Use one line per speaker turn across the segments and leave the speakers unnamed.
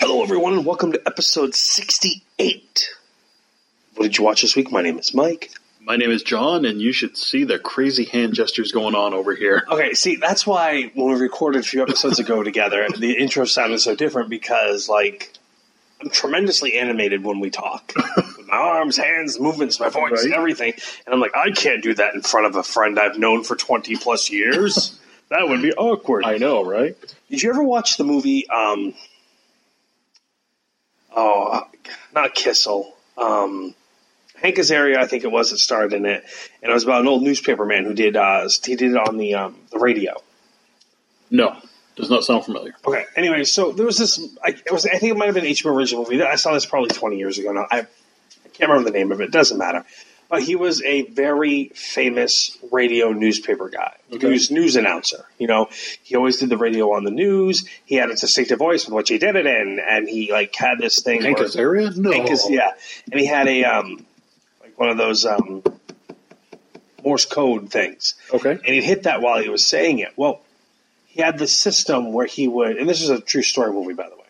Hello, everyone, and welcome to episode 68. What did you watch this week? My name is Mike.
My name is John, and you should see the crazy hand gestures going on over here.
Okay, see, that's why when we recorded a few episodes ago together, the intro sounded so different because, like, I'm tremendously animated when we talk. With my arms, hands, movements, my voice,
Right.
everything. And I'm like, I can't do that in front of a friend I've known for 20 plus years. that would be awkward.
I know, right?
Did you ever watch the movie? Um, oh, not Kissel. Um, Hank Azaria, I think it was, that starred in it, and it was about an old newspaper man who did uh, he did it on the um, the radio.
No, does not sound familiar.
Okay. Anyway, so there was this. I, it was. I think it might have been an HBO original movie. I saw this probably twenty years ago. Now I, I can't remember the name of it. Doesn't matter. But he was a very famous radio newspaper guy, news news announcer. You know, he always did the radio on the news. He had a distinctive voice with which he did it in, and he like had this thing.
Hank
where-
Azaria? No.
Hank is- yeah, and he had a um, like one of those um, Morse code things
Okay.
and he'd hit that while he was saying it. Well, he had this system where he would, and this is a true story movie, by the way.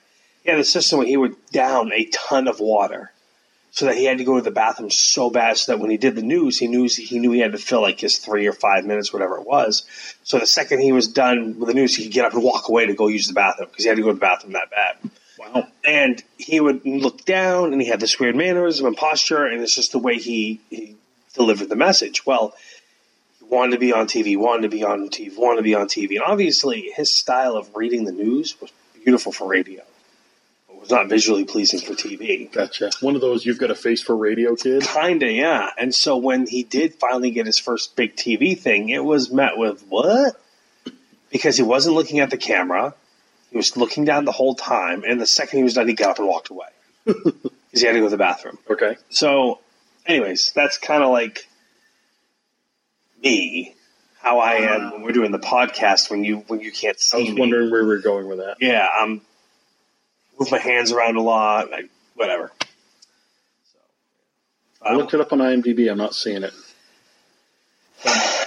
He had a system where he would down a ton of water, so that he had to go to the bathroom so bad, so that when he did the news, he knew he knew he had to fill like his three or five minutes, whatever it was. So the second he was done with the news, he could get up and walk away to go use the bathroom because he had to go to the bathroom that bad
Wow.
and he would look down and he had this weird mannerism and posture and it's just the way he, he delivered the message well he wanted to be on tv wanted to be on tv wanted to be on tv and obviously his style of reading the news was beautiful for radio it was not visually pleasing for tv
Gotcha. One of those you've got a face for radio kid.
kinda yeah and so when he did finally get his first big tv thing it was met with what because he wasn't looking at the camera he was looking down the whole time and the second he was done he got up and walked away because he had to go to the bathroom
Okay.
So, anyways, that's kind of like me, how I am when we're doing the podcast when you when you can't
Uh. I
see
was
me.
wondering where we were going with that.
Yeah, I'm move my hands around a lot, like whatever. um,
I looked it up on IMDb. I'm not seeing it.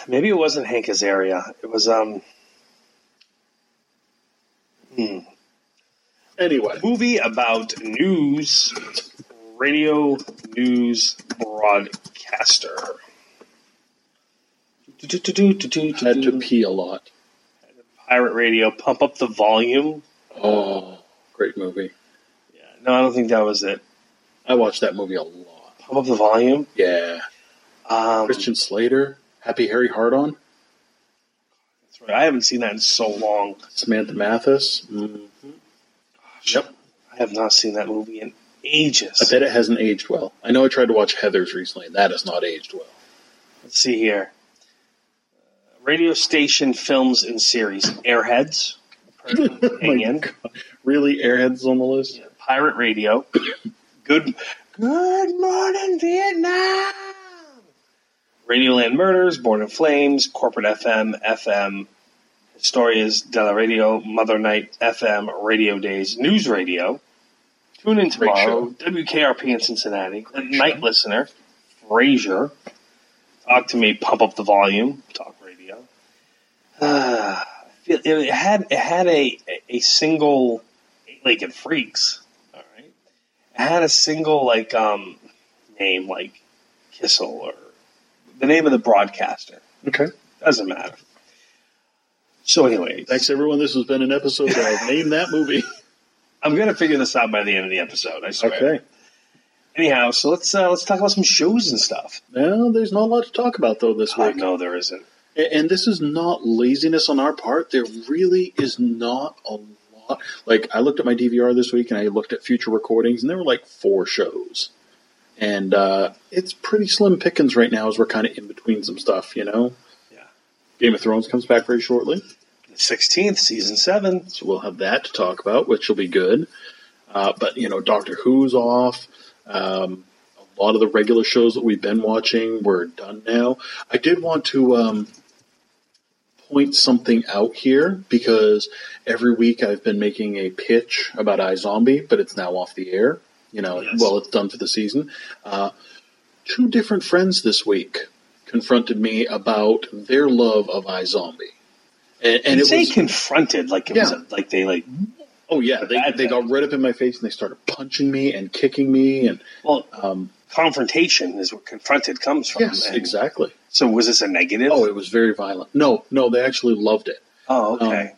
Maybe it wasn't Hank Azaria. It was um
Anyway,
movie about news, radio news broadcaster.
had to pee a lot.
Pirate radio, pump up the volume.
Oh, great movie.
No, I don't think that was it.
I watched that movie a lot.
Pump up the volume.
Yeah.
Um,
Christian Slater, Happy Harry Hardon,
that's right. I haven't seen that in so long.
Samantha Mathis. Mm. Yep.
I have not seen that movie in ages.
I bet it hasn't aged well. I know I tried to watch Heather's recently, and that has not aged well.
Let's see here. Uh, radio station films and series: Airheads, Hangin',
Oh Really, Airheads on the list?
Pirate Radio, Good Good Morning Vietnam, Radioland Murders, Born in Flames, Corporate FM, FM, Historias de la Radio, Mother Night FM, Radio Days, News Radio, Tune In
Great
Tomorrow, WKRP in Cincinnati,
Mm-hmm.
Night Listener, Frasier, Talk to Me, Pump Up the Volume, Talk Radio. Ah, it, it had it had a a single eight-legged freaks. All right, it had a single like um name like Kissel or the name of the broadcaster
Okay.
doesn't matter. So, anyways,
Thanks, everyone. This has been an episode of Name That Movie.
I'm gonna figure this out by the end of the episode. I swear.
Okay.
Anyhow, so let's uh, let's talk about some shows and stuff.
Well, there's not a lot to talk about, though, this
Oh,
week.
no, there isn't.
A- And this is not laziness on our part. There really is not a lot. Like, I looked at my DVR this week and I looked at future recordings, and there were like four shows. And uh, it's pretty slim pickings right now as we're kind of in between some stuff, you know?
Yeah.
Game of Thrones comes back very shortly.
Sixteenth, season seven.
So we'll have that to talk about, which will be good. Uh, but you know, Doctor Who's off. Um, a lot of the regular shows that we've been watching were done now. I did want to um, point something out here because every week I've been making a pitch about iZombie, but it's now off the air. You know,
Yes.
well, it's done for the season. Uh, two different friends this week confronted me about their love of iZombie. And, and
And
it
they
was,
confronted like it was
Yeah.
a, like they like
oh yeah, they,
Bad
they got right up in my face and they started punching me and kicking me and
well
um,
confrontation is where confronted comes from.
yes,
And
exactly.
So was this a negative?
Oh, it was very violent. No, no, they actually loved it.
Oh, okay.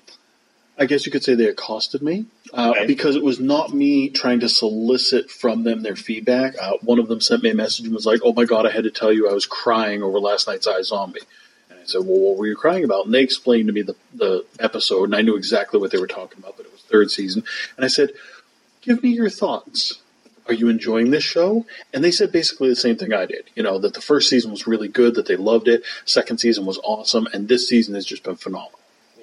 I guess you could say they accosted me uh,
Okay.
because it was not me trying to solicit from them their feedback. Uh, one of them sent me a message and was like, "Oh my god, I had to tell you I was crying over last night's iZombie." And I said, "Well, what were you crying about?" And they explained to me the the episode, and I knew exactly what they were talking about, but it was third season. And I said, "Give me your thoughts." Are you enjoying this show? And they said basically the same thing I did. You know, that the first season was really good, that they loved it. Second season was awesome, and this season has just been phenomenal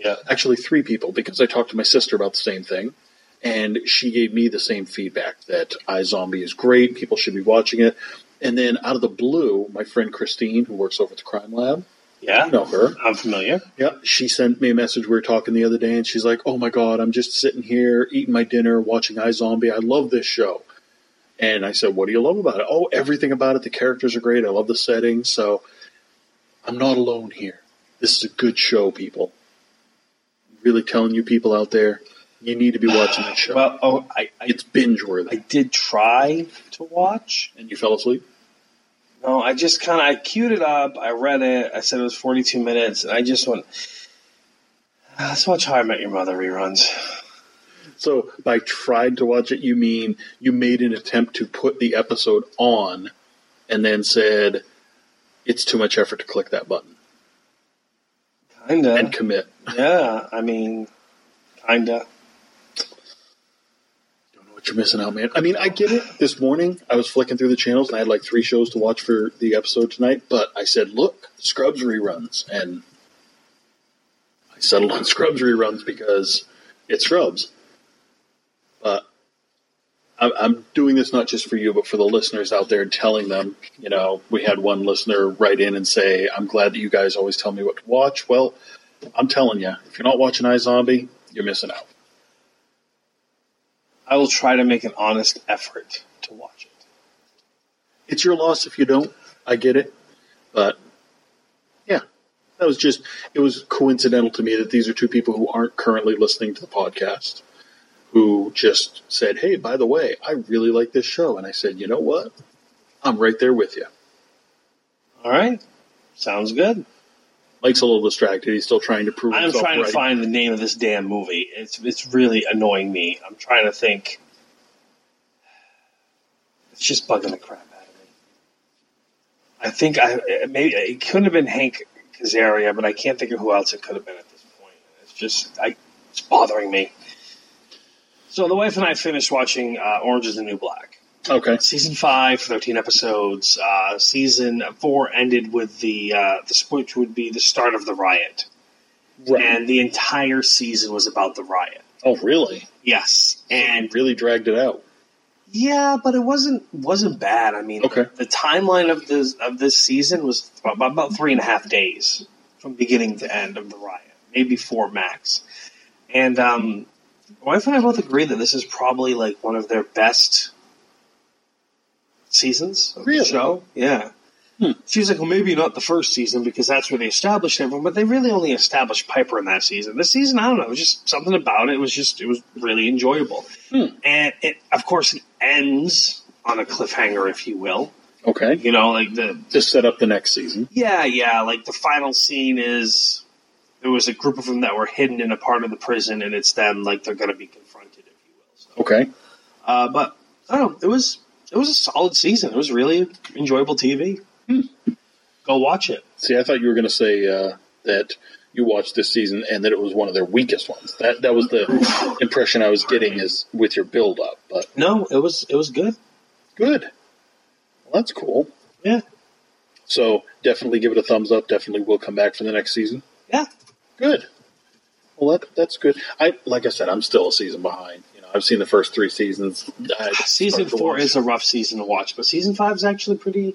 yeah.
actually three people because I talked to my sister about the same thing, and she gave me the same feedback that iZombie is great. People should be watching it. And then out of the blue, my friend Christine, who works over at the Crime Lab,
Yeah.
I know her.
I'm familiar.
Yeah, she sent me a message. We were talking the other day, and she's like, "Oh my god, I'm just sitting here eating my dinner, watching iZombie. I love this show." And I said, "What do you love about it?" "Oh, everything about it. The characters are great. I love the setting. So I'm not alone here. This is a good show, people. Really telling you people out there, you need to be watching this show.
Well, oh, I, I,
it's binge
I
worthy."
did try to watch.
And you fell asleep.
No, I just kind of I queued it up. I read it. I said it was 42 minutes, and I just went. "Ah, Let's watch How I Met Your Mother reruns.
So by tried to watch it, you mean you made an attempt to put the episode on, and then said, "It's too much effort to click that button."
Kinda.
and commit.
yeah, I mean, kinda.
Don't know what you're missing out, man. I mean, I get it. This morning, I was flicking through the channels and I had like three shows to watch for the episode tonight. But I said, look, Scrubs reruns, and I settled on Scrubs reruns because it's Scrubs. But I'm, I'm doing this not just for you, but for the listeners out there, and telling them. You know, we had one listener write in and say, "I'm glad that you guys always tell me what to watch." Well, I'm telling you, if you're not watching iZombie, you're missing out.
I will try to make an honest effort to watch it.
it's your loss if you don't. I get it, but yeah, that was just it was coincidental to me that these are two people who aren't currently listening to the podcast who just said, "Hey, by the way, I really like this show," and I said, "You know what? I'm right there with you."
All right, sounds good.
Mike's a little distracted. He's still trying to prove.
I'm
himself
trying to
right.
find the name of this damn movie. It's it's really annoying me. I'm trying to think. It's just bugging the crap out of me. I think I it maybe it couldn't have been Hank Azaria, but I can't think of who else it could have been at this point. It's just I it's bothering me. So the wife and I finished watching uh, Orange Is the New Black
Okay,
season five, 13 episodes. Uh, season four ended with the uh, the which would be the start of the riot,
right.
and the entire season was about the riot.
oh, really?
Yes, and
Really dragged it out.
yeah, but it wasn't wasn't bad. I mean,
Okay.
the timeline of this of this season was th- about three and a half days from beginning to end of the riot, maybe four max. And um, my wife and I both agree that this is probably like one of their best seasons of the
Really?
show. Yeah. She was like, well, maybe not the first season because that's where they established everyone, but they really only established Piper in that season. This season, I don't know, it was just something about it was just, it was really enjoyable. And it, of course, it ends on a cliffhanger, if you will.
Okay,
You know, like the,
just set up the next season.
yeah, yeah. Like the final scene is there was a group of them that were hidden in a part of the prison, and it's them like they're going to be confronted, if you will. So,
Okay,
uh, but I don't know. It was it was a solid season. It was really enjoyable TV. Go watch it.
See, I thought you were going to say uh, that you watched this season and that it was one of their weakest ones. That that was the impression I was getting is with your build up. But
No, it was it was good.
good, well, that's cool.
Yeah,
So definitely give it a thumbs up. Definitely will come back for the next season.
yeah.
Good. Well, that, that's good. I like I said, I'm still a season behind. You know, I've seen the first three seasons. I
Season
started to
four
watch.
is a rough season to watch, but season five is actually pretty.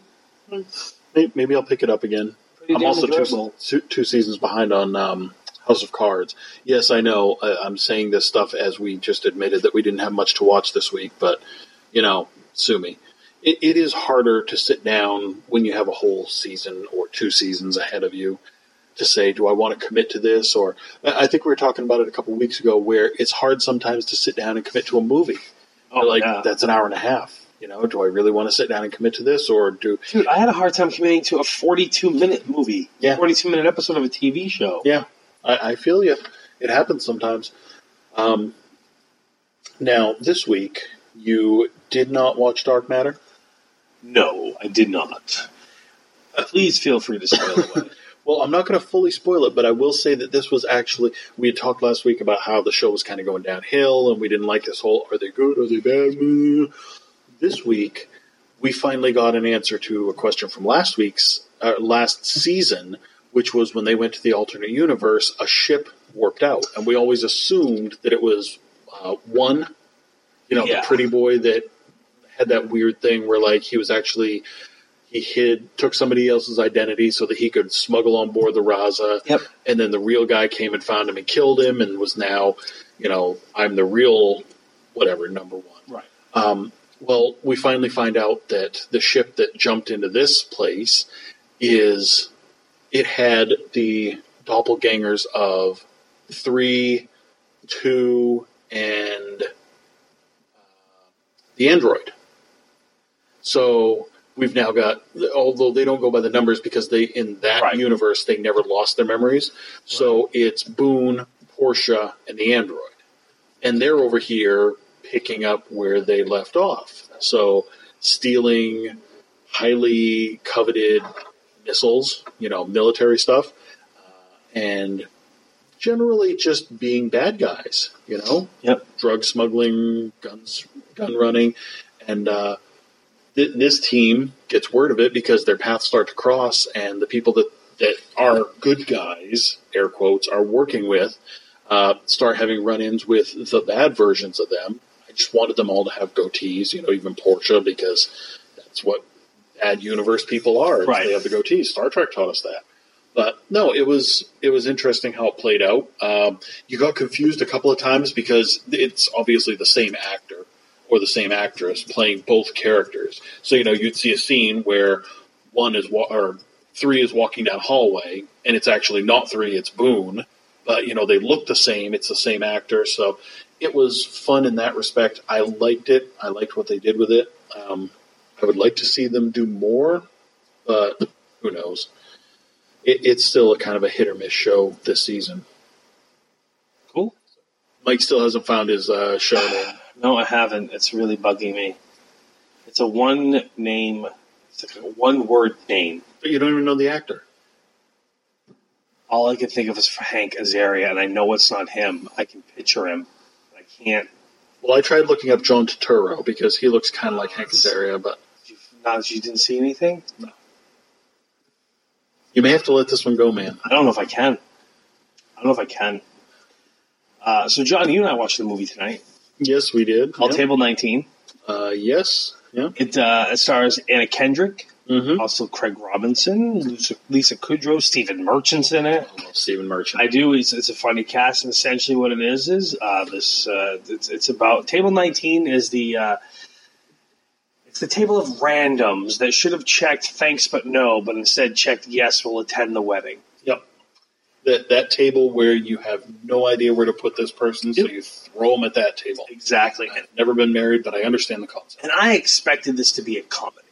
May- maybe I'll pick it up again.
Pretty
I'm
damn
also two,
enjoyable.
two two seasons behind on um, House of Cards. Yes, I know. I, I'm saying this stuff as we just admitted that we didn't have much to watch this week, but you know, sue me. It, it is harder to sit down when you have a whole season or two seasons ahead of you to say, do I want to commit to this? Or I I think we were talking about it a couple weeks ago, where it's hard sometimes to sit down and commit to a movie.
Oh,
like
yeah.
that's an hour and a half. You know, do I really want to sit down and commit to this, or do
Dude, I had a hard time committing to a 42 minute movie.
Yeah.
42 minute episode of a TV show.
Yeah, I, I feel you. It happens sometimes. Um, now, this week, you did not watch Dark Matter.
No, I did not. Uh, Please feel free to spoil away.
Well, I'm not going to fully spoil it, but I will say that this was actually. We had talked last week about how the show was kind of going downhill, and we didn't like this whole are they good, are they bad? This week, we finally got an answer to a question from last week's, uh, last season, which was when they went to the alternate universe, a ship warped out. And we always assumed that it was uh, one, you know,
Yeah.
the pretty boy that had that weird thing where, like, he was actually he hid, took somebody else's identity so that he could smuggle on board the Raza.
Yep.
And then the real guy came and found him and killed him and was now, you know, I'm the real whatever number one.
right.
Um, well, we finally find out that the ship that jumped into this place is it had the doppelgangers of three, two, and uh, the android. So we've now got, although they don't go by the numbers because they in that
Right.
universe they never lost their memories. So it's Boone, Portia, and the android and they're over here picking up where they left off. So stealing highly coveted missiles, you know, military stuff, uh, and generally just being bad guys, you know,
Yep.
drug smuggling, guns, gun running, and uh, th- this team gets word of it because their paths start to cross, and the people that that are good guys, air quotes, are working with uh, start having run-ins with the bad versions of them. I just wanted them all to have goatees, you know, even Portia, because that's what bad universe people are. is
Right.
They have the goatees. Star Trek taught us that. But no, it was it was interesting how it played out. Um, you got confused a couple of times because it's obviously the same actor or the same actress playing both characters. So you know you'd see a scene where one is wa- or three is walking down hallway, and it's actually not three, it's Boone. But you know they look the same. It's the same actor, so it was fun in that respect. I liked it. I liked what they did with it. Um, I would like to see them do more, but who knows? It, it's still a kind of a hit or miss show this season.
Cool.
Mike still hasn't found his uh, show name.
No, I haven't. It's really bugging me. It's a one name, it's like a one word name.
But you don't even know the actor.
All I can think of is Hank Azaria, and I know it's not him. I can picture him. I can't.
Well, I tried looking up John Turturro because he looks kind of like Hank Azaria, but
You, not, you didn't see anything?
you may have to let this one go, man.
I don't know if I can. I don't know if I can. Uh, so, John, you and I watched the movie tonight
Yes, we did.
called
Yep.
Table 19.
Uh, yes. Yeah.
It, uh, it stars Anna Kendrick,
Mm-hmm.
also Craig Robinson, Lisa, Lisa Kudrow, Stephen Merchant's in it.
Oh, Stephen Merchant.
I do. It's, it's a funny cast, and essentially what it is is uh, this. Uh, it's, it's about table nineteen is the. Uh, it's the table of randoms that should have checked thanks but no, but instead checked yes. Will attend the wedding.
yep. That that table where you have no idea where to put this person, so
Yep.
you throw them at that table.
Exactly, and,
I've never been married, but I understand the concept.
and I expected this to be a comedy.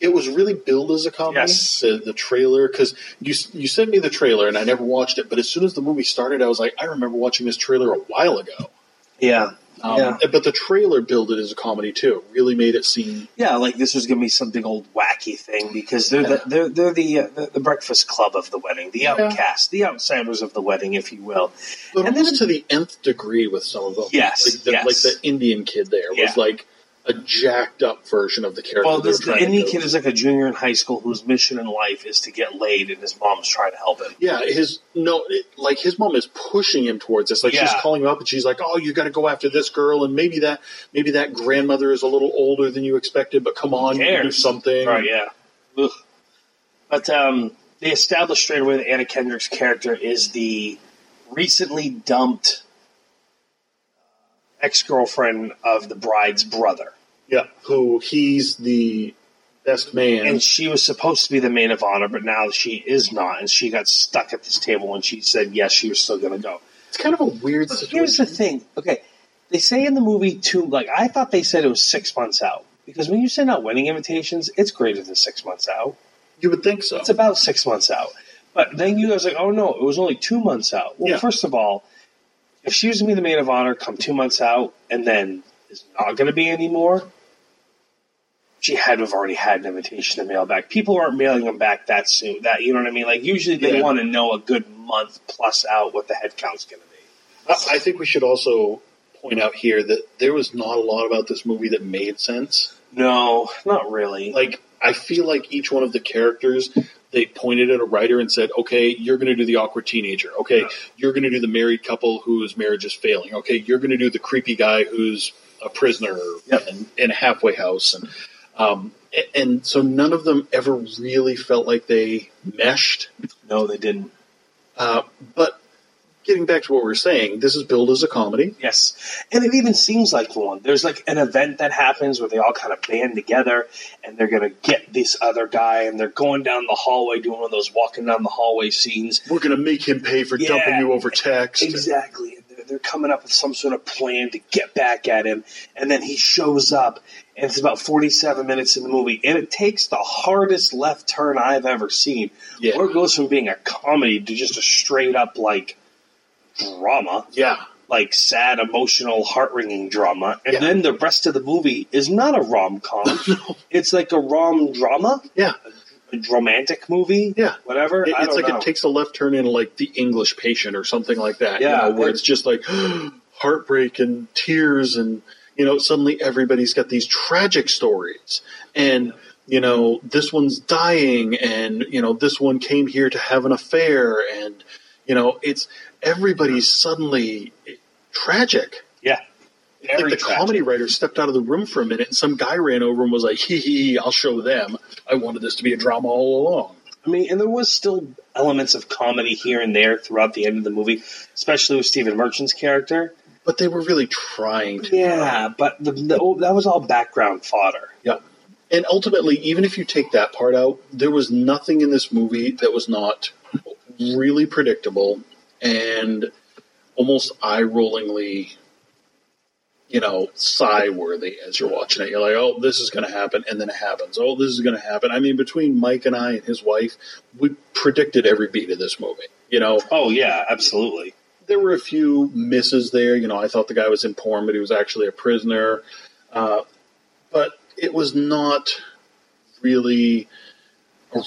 It was really billed as a comedy.
Yes.
The, the trailer, because you you sent me the trailer and I never watched it, but as soon as the movie started, I was like, I remember watching this trailer a while ago.
Yeah,
Um,
yeah,
But the trailer billed it as a comedy too. Really made it seem
yeah. Like this was gonna be some big old wacky thing because they're the, they're they're the, uh, the the Breakfast Club of the wedding, the outcast, the outsiders of the wedding, if you will.
But
And
almost
then-
to the nth degree with some of them.
Yes,
like the,
yes.
like the Indian kid there
Yeah.
was like, a jacked up version of the character.
Well,
they were
this
trying to
Indian
go
kid is like a junior in high school whose mission in life is to get laid, and his mom's trying to help him.
Yeah, his no, it, like his mom is pushing him towards this. Like she's
Yeah.
calling him up, and she's like, "Oh, you got to go after this girl, and maybe that, maybe that grandmother is a little older than you expected, but come on, you can do
cares?
something."
Right? Yeah. Ugh. But um, they established straight away that Anna Kendrick's character is the recently dumped ex girlfriend of the bride's brother,
Yeah, who he's the best man.
and she was supposed to be the maid of honor, but now she is not, and she got stuck at this table, and she said yes, she was still going to go.
it's kind of a weird
But
situation.
here's the thing. Okay, they say in the movie two. Like I thought they said it was six months out because when you send out wedding invitations, it's greater than six months out.
you would think so.
It's about six months out. But then you guys are like, oh no, it was only two months out. Well,
Yeah.
first of all, if she was to be the maid of honor, come two months out, and then is not going to be anymore. She had to have already had an invitation to mail back. People aren't mailing them back that soon. That you know what I mean? Like usually they
Yeah.
want to know a good month plus out what the headcount's going to be.
I, I think we should also point out here that there was not a lot about this movie that made sense.
No, not really.
Like I feel like each one of the characters. They pointed at a writer and said, "Okay, you're going to do the awkward teenager. Okay,
Yeah.
you're going to do the married couple whose marriage is failing. Okay, you're going to do the creepy guy who's a prisoner
Yep.
in, in a halfway house." And um, a- and so none of them ever really felt like they meshed.
no, they didn't.
Uh, but getting back to what we were saying, this is billed as a comedy.
Yes, and it even seems like one. There's like an event that happens where they all kind of band together, and they're gonna get this other guy, and they're going down the hallway doing one of those walking down the hallway scenes.
We're going to make him pay for
Yeah.
dumping you over text.
Exactly. And They're, they're coming up with some sort of plan to get back at him, and then he shows up, and it's about 47 minutes in the movie, and it takes the hardest left turn I've ever seen.
Yeah.
Where it goes from being a comedy to just a straight up like drama.
Yeah,
like sad, emotional, heart wringing drama, and
Yeah.
then the rest of the movie is not a rom com. It's like a rom drama,
yeah.
a romantic movie,
Yeah.
whatever.
It-
I
it's
don't
like
know.
it takes a left turn in like the English patient or something like that. you
Yeah,
know, where
it-
it's just like heartbreak and tears and you know suddenly everybody's got these tragic stories and you know this one's dying and you know this one came here to have an affair and you know it's everybody's suddenly eh, tragic.
yeah,
Like
Very
the
tragic.
comedy writer stepped out of the room for a minute and some guy ran over and was like, hee hee, I'll show them. I wanted this to be a drama all along.
I mean, and there was still elements of comedy here and there throughout the end of the movie, especially with Stephen Merchant's character.
But they were really trying to.
Yeah, but the, the, oh, that was all background fodder.
Yeah. And ultimately, even if you take that part out, there was nothing in this movie that was not really predictable and almost eye rollingly, you know, sigh worthy as you're watching it. You're like, oh, this is going to happen. And then it happens. Oh, this is going to happen. I mean, between Mike and I and his wife, we predicted every beat of this movie. You know,
Oh yeah, absolutely.
there were a few misses there. You know, I thought the guy was in porn, but he was actually a prisoner. Uh, but it was not really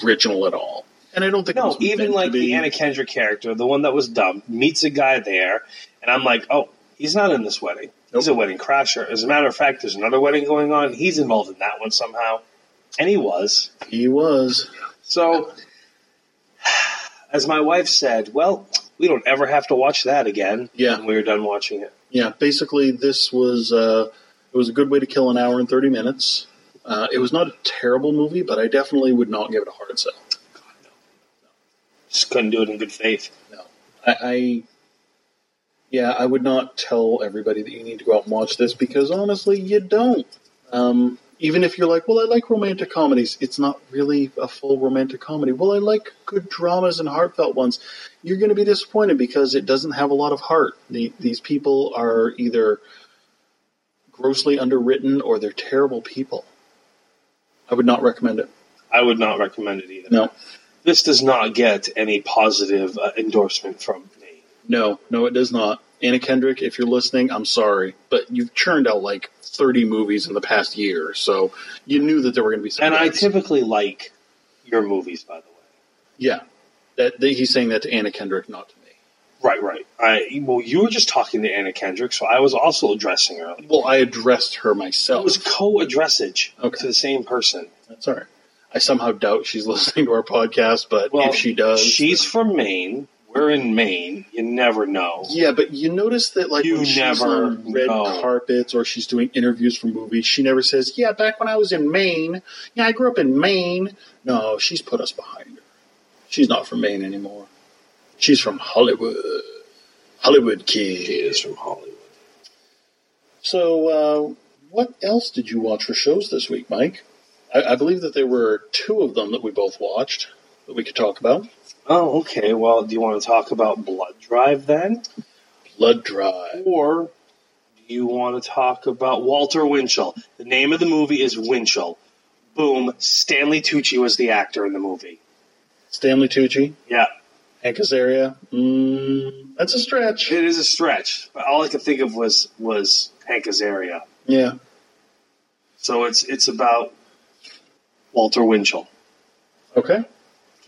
original at all. And I don't think it
No,
was meant
even
to
like
be.
the Anna Kendrick character, the one that was dumped, meets a guy there, and I'm like, oh, he's not in this wedding. He's a wedding crasher. As a matter of fact, there's another wedding going on. He's involved in that one somehow, and he was.
He was.
So, as my wife said, well, we don't ever have to watch that again.
Yeah.
when we were done watching it.
Yeah, basically, this was uh, it was a good way to kill an hour and thirty minutes. Uh, it was not a terrible movie, but I definitely would not give it a hard sell.
Just couldn't do it in good faith.
No, I, I yeah, I would not tell everybody that you need to go out and watch this because honestly, you don't. Um, even if you're like, well, I like romantic comedies, it's not really a full romantic comedy. Well, I like good dramas and heartfelt ones. You're going to be disappointed because it doesn't have a lot of heart. The, these people are either grossly underwritten or they're terrible people. I would not recommend it.
I would not recommend it either.
No,
This does not get any positive uh, endorsement from me.
No, no, it does not. Anna Kendrick, if you're listening, I'm sorry, but you've churned out like 30 movies in the past year, so you knew that there were going to be some.
And I
hits.
typically like your movies, by the way.
yeah, that, that he's saying that to Anna Kendrick, not to me.
Right, right. I well, you were just talking to Anna Kendrick, so I was also addressing her. It
Well, I addressed her myself.
was co-addressage
Okay.
to the same person.
That's all right. I somehow doubt she's listening to our podcast, but if she does,
she's from Maine. We're in Maine. You never know.
yeah. But you notice that, like,
You
when she's
never
on red
know.
carpets or she's doing interviews for movies, she never says, "Yeah, back when I was in Maine. Yeah, I grew up in Maine." No, she's put us behind her. She's not from Maine anymore. She's from Hollywood. Hollywood
She
kid.
is from Hollywood.
So, uh, what else did you watch for shows this week, Mike? I, I believe that there were two of them that we both watched that we could talk about.
Oh, okay. Well, do you want to talk about Blood Drive then,
Blood Drive.
or do you want to talk about Walter Winchell? The name of the movie is Winchell. Boom. Stanley Tucci was the actor in the movie.
Stanley Tucci,
Yeah,
Hank Azaria. Mm, that's a stretch.
it is a stretch, but all I could think of was was Hank Azaria.
Yeah.
So it's it's about Walter Winchell.
Okay. Do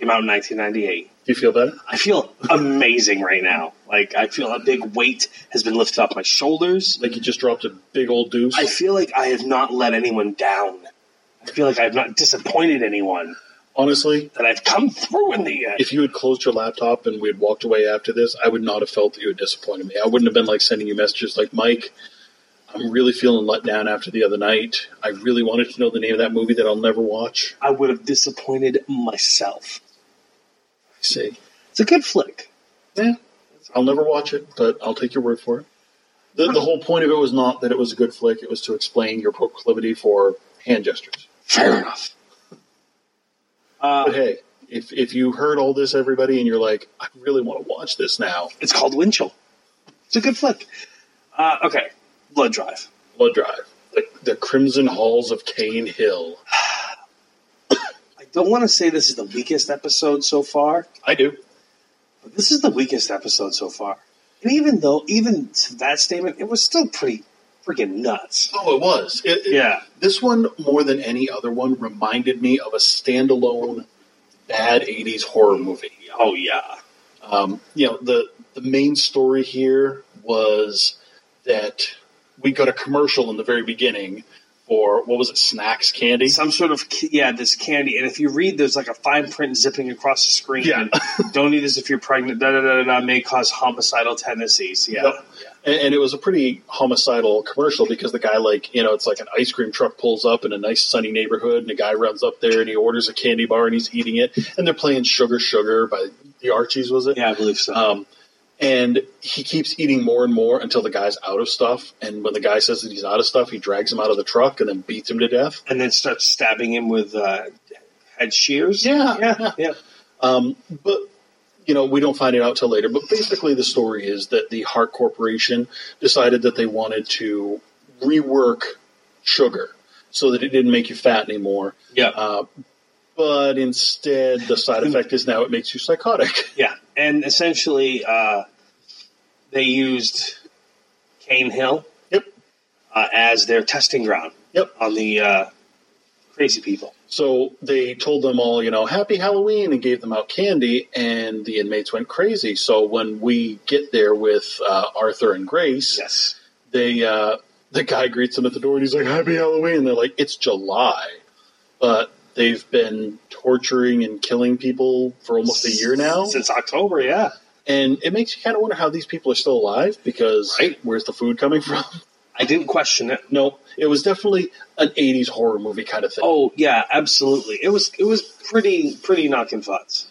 Came out in 1998.
you feel better?
I feel amazing right now. Like I feel a big weight has been lifted off my shoulders.
Like you just dropped a big old deuce.
I feel like I have not let anyone down. I feel like I've not disappointed anyone
Honestly,
that I've come through in the end.
if you had closed your laptop and we had walked away after this, I would not have felt that you had disappointed me. I wouldn't have been like sending you messages like, Mike, I'm really feeling let down after the other night. I really wanted to know the name of that movie that I'll never watch.
I would have disappointed myself.
I see.
It's a good flick.
Yeah, I'll never watch it, but I'll take your word for it. The, the whole point of it was not that it was a good flick, it was to explain your proclivity for hand gestures.
Fair enough.
But hey, if, if you heard all this, everybody, and you're like, I really want to watch this now,
It's called Winchell. It's a good flick. Uh, okay, Blood Drive.
Blood Drive, like the Crimson Halls of Cane Hill.
I don't want to say this is the weakest episode so far,
I do.
but this is the weakest episode so far. And even though, even to that statement, it was still pretty freaking nuts.
Oh, it was. It- it-
Yeah.
This one, more than any other one, reminded me of a standalone bad 80s horror movie.
Oh yeah.
um, you know the the main story here was that we got a commercial in the very beginning for what was it snacks candy
some sort of ca- yeah this candy and if you read there's like a fine print zipping across the screen
Yeah.
and don't eat this if you're pregnant da da da da da may cause homicidal tendencies yeah
Yep. and, and it was a pretty homicidal commercial because the guy like you know it's like an ice cream truck pulls up in a nice sunny neighborhood and a guy runs up there and he orders a candy bar and he's eating it and they're playing sugar sugar by the archies was it
yeah i believe so
Um, and he keeps eating more and more until the guy's out of stuff. And when the guy says that he's out of stuff, he drags him out of the truck and then beats him to death.
and then starts stabbing him with uh, head shears
Yeah.
yeah yeah
but you know we don't find it out till later but basically the story is that the hart corporation decided that they wanted to rework sugar so that it didn't make you fat anymore
yeah,
uh, but instead the side effect is now it makes you psychotic
yeah. and essentially uh, they used cane hill
yep
uh, as their testing ground
yep
on the uh, crazy people
so they told them all you know happy halloween and gave them out candy and the inmates went crazy so when we get there with uh, arthur and grace
yes
they uh, the guy greets them at the door and he's like, "Happy Halloween." And they're like, "It's July," but they've been torturing and killing people for almost a year now,
since october yeah
and it makes you kind of wonder how these people are still alive because
Right.
where's the food coming from?
i didn't question it
no, it was definitely an '80s horror movie kind of thing.
Oh yeah, absolutely. It was it was pretty pretty knocking futs.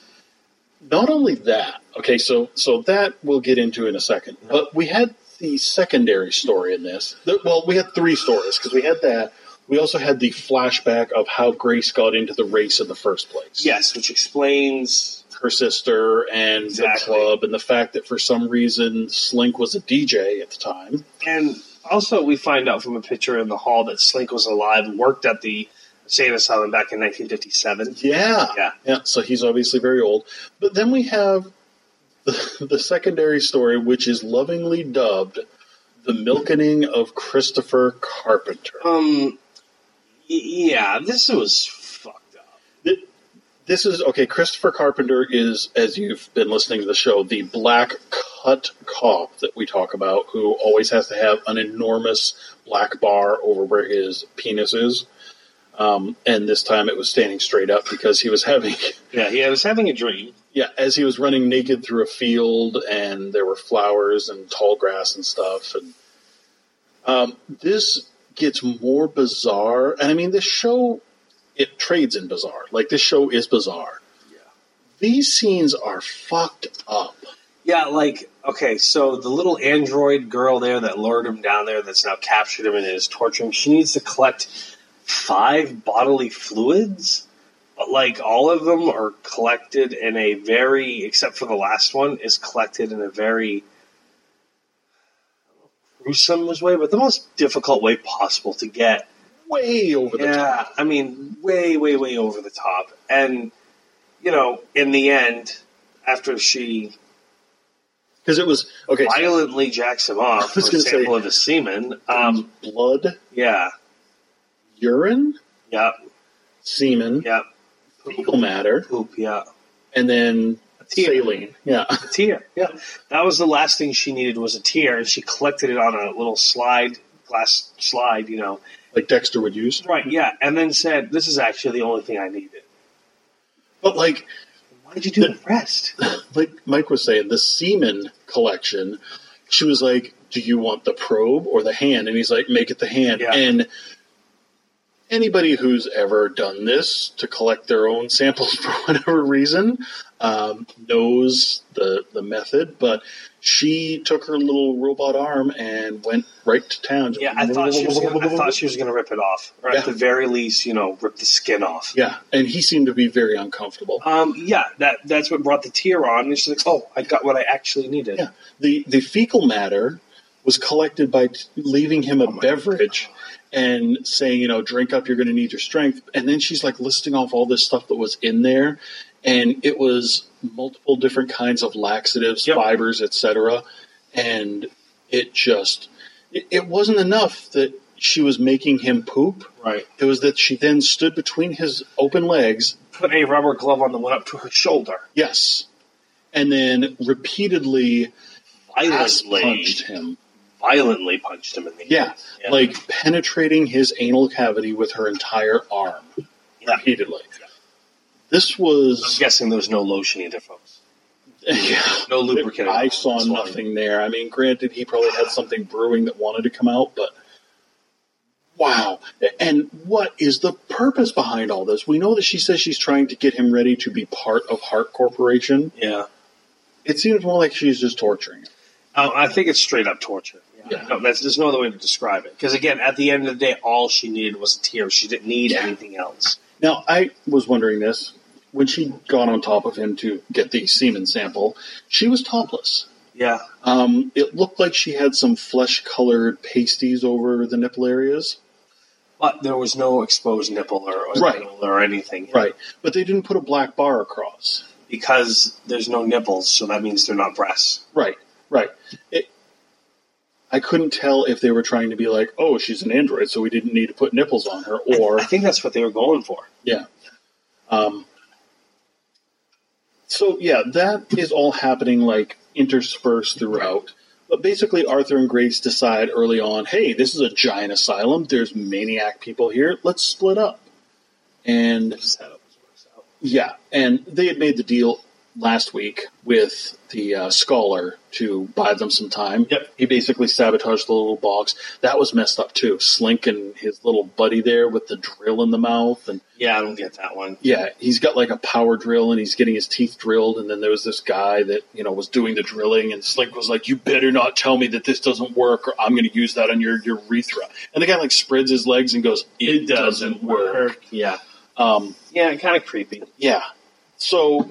Not only that, okay, so so that we'll get into in a second,
Mm-hmm.
but we had the secondary story in this. The- well, we had three stories because we had that. We also had the flashback of how Grace got into the race in the first place.
Yes, which explains
her sister and
Exactly.
the club, and the fact that for some reason Slink was a DJ at the time.
and also we find out from a picture in the hall that Slink was alive and worked at the same asylum back in 1957.
Yeah.
Yeah.
Yeah. So he's obviously very old. But then we have the, the secondary story, which is lovingly dubbed The Milkening of Christopher Carpenter.
Um y- yeah, this was fucked up.
Th- This is okay. Christopher Carpenter is, as you've been listening to the show, the black hut cop that we talk about who always has to have an enormous black bar over where his penis is. Um, and this time it was standing straight up because he was having
Yeah, he was having a dream.
yeah, as he was running naked through a field, and there were flowers and tall grass and stuff, and um, this gets more bizarre. And I mean, this show it trades in bizarre. Like this show is bizarre. These scenes are fucked up.
Yeah, like okay, so the little android girl there that lured him down there, that's now captured him and is torturing. She needs to collect five bodily fluids, but like all of them are collected in a very, except for the last one, is collected in a very gruesome way, but the most difficult way possible to get
Way over the
yeah,
top.
I mean, way, way, way over the top. And, you know, in the end, after she
Because it was okay. so
violently jacks him off for
was
a
gonna
sample
say- Mm-hmm.
of his semen, um,
blood,
yeah,
urine,
yeah,
semen,
yeah,
fecal matter,
poop, yeah.
and then
tear.
saline. Yeah,
A tear, yeah. That was the last thing she needed was a tear, and she collected it on a little slide, glass slide, you know.
like Dexter would use.
Right, yeah, and then said, this is actually the only thing I needed.
But like
Why did you do the rest?
like Mike was saying, the semen collection, she was like, Do you want the probe or the hand? And he's like, Make it the hand.
Yeah.
And anybody who's ever done this to collect their own samples for whatever reason um, knows the, the method. But she took her little robot arm and went right to town.
Yeah, I thought she was gonna, I thought she was going to rip it off, or
Yeah.
at the very least, you know, rip the skin off.
Yeah, and he seemed to be very uncomfortable.
Um, yeah, that that's what brought the tear on. And she's like, "Oh, I got what I actually needed."
Yeah. The the fecal matter was collected by t- leaving him
Oh
a beverage and saying, you know, drink up, you're going to need your strength. And then she's like listing off all this stuff that was in there and it was multiple different kinds of laxatives,
Yep.
fibers, etc. And it just it, it wasn't enough that she was making him poop.
Right.
It was that she then stood between his open legs
Put a rubber glove on the one up to her shoulder.
Yes. And then repeatedly ass
Violently,
punched him.
violently punched him in the
Yeah,
head.
like penetrating his anal cavity with her entire arm
Yeah.
repeatedly.
Yeah.
This
I'm
was
guessing there's no lotion either, folks.
yeah.
No lubricant.
I
involved.
saw
That's why.
nothing there. I mean, granted, he probably had something brewing that wanted to come out, but wow! And what is the purpose behind all this? We know that she says she's trying to get him ready to be part of Heart Corporation.
Yeah,
It seems more like she's just torturing him.
um, I think it's straight up torture.
Yeah.
No, that's, there's no other way to describe it. Because again, at the end of the day, all she needed was a tear. She didn't need anything else.
Now, I was wondering this. When she got on top of him to get the semen sample, she was topless.
Yeah,
Um, it looked like she had some flesh colored pasties over the nipple areas.
but there was no exposed nipple or, or
Right.
nipple or anything.
Right. But they didn't put a black bar across.
because there's no nipples, so that means they're not breasts.
Right. Right. It, I couldn't tell if they were trying to be like, oh, she's an android, so we didn't need to put nipples on her, or.
I think that's what they were going for.
Yeah. Um, so yeah, that is all happening like interspersed throughout. But basically, Arthur and Grace decide early on, hey, this is a giant asylum. There's maniac people here. Let's split up. And
Just how it works out.
yeah, and they had made the deal last week with the uh, scholar to buy them some time.
Yep.
He basically sabotaged the little box. That was messed up too. Slink and his little buddy there with the drill in the mouth and
Yeah, I don't get that one.
yeah, he's got like a power drill and he's getting his teeth drilled. And then there was this guy that, you know, was doing the drilling and Slink was like, you better not tell me that this doesn't work or I'm going to use that on your urethra. And the guy like spreads his legs and goes, it, doesn't, work.
Yeah,
Um,
yeah, kind of creepy.
yeah. So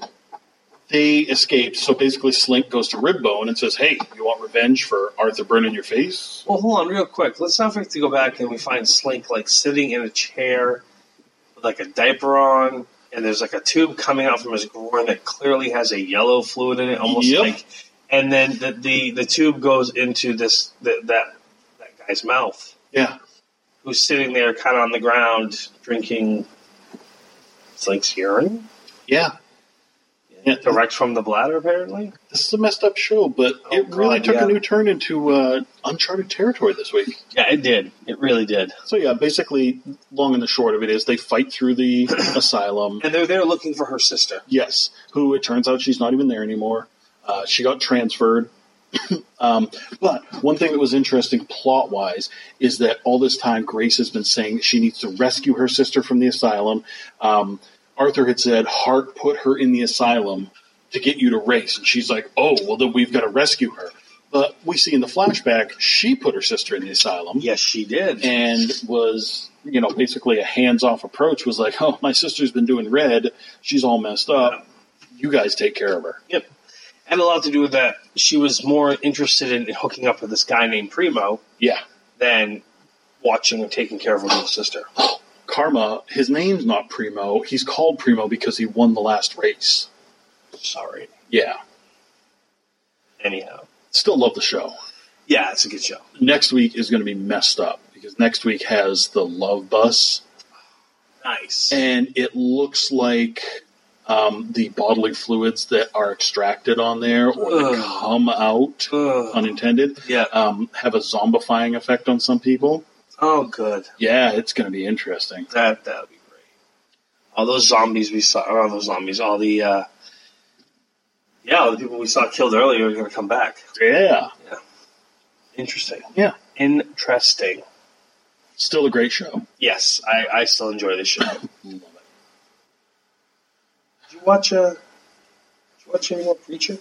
they escaped. So basically Slink goes to Ribbone and says, hey, you want revenge for Arthur burning your face?
Well, hold on, real quick. Let's not forget to go back and we find Slink like sitting in a chair with like a diaper on, and there's like a tube coming out from his groin that clearly has a yellow fluid in it, almost
Yep.
like. And then the, the the tube goes into this that that that guy's mouth,
Yeah.
who's sitting there kind of on the ground drinking Slink's urine.
Yeah.
Yeah.
And
Direct from the bladder, apparently.
this is a messed up show, but
Oh,
it really
God,
took
yeah.
a new turn into uh, uncharted territory this week.
Yeah, it did. It really did.
So yeah, basically, long and the short of it is they fight through the asylum.
And they're there looking for her sister.
Yes, who it turns out she's not even there anymore. Uh, she got transferred. um, but one thing that was interesting plot wise is that all this time Grace has been saying that she needs to rescue her sister from the asylum. Um, Arthur had said, Hart put her in the asylum to get you to race. And she's like, oh, well, then we've got to rescue her. But we see in the flashback, she put her sister in the asylum
Yes, she did.
and was you know basically a hands-off approach was like oh my sister's been doing red she's all messed up you guys take care of her
Yep. And a lot to do with that. She was more interested in hooking up with this guy named Primo
yeah
than watching or taking care of her little sister.
karma his name's not primo he's called primo because he won the last race
Sorry.
yeah
Anyhow.
still love the show
Yeah, it's a good show.
next week is going to be messed up because next week has the love bus
Nice.
and it looks like um, the bodily fluids that are extracted on there or that
Ugh.
come out
Ugh.
unintended
Yeah.
um, have a zombifying effect on some people.
Oh, good.
Yeah, it's going to be interesting.
That that would be great. All those zombies we saw, or all those zombies, all the uh, yeah, all the people we saw killed earlier are going to come back.
Yeah,
Interesting.
yeah.
Interesting.
Still a great show.
Yes, I, I still enjoy this show. did you watch uh, Did you watch any more Preacher?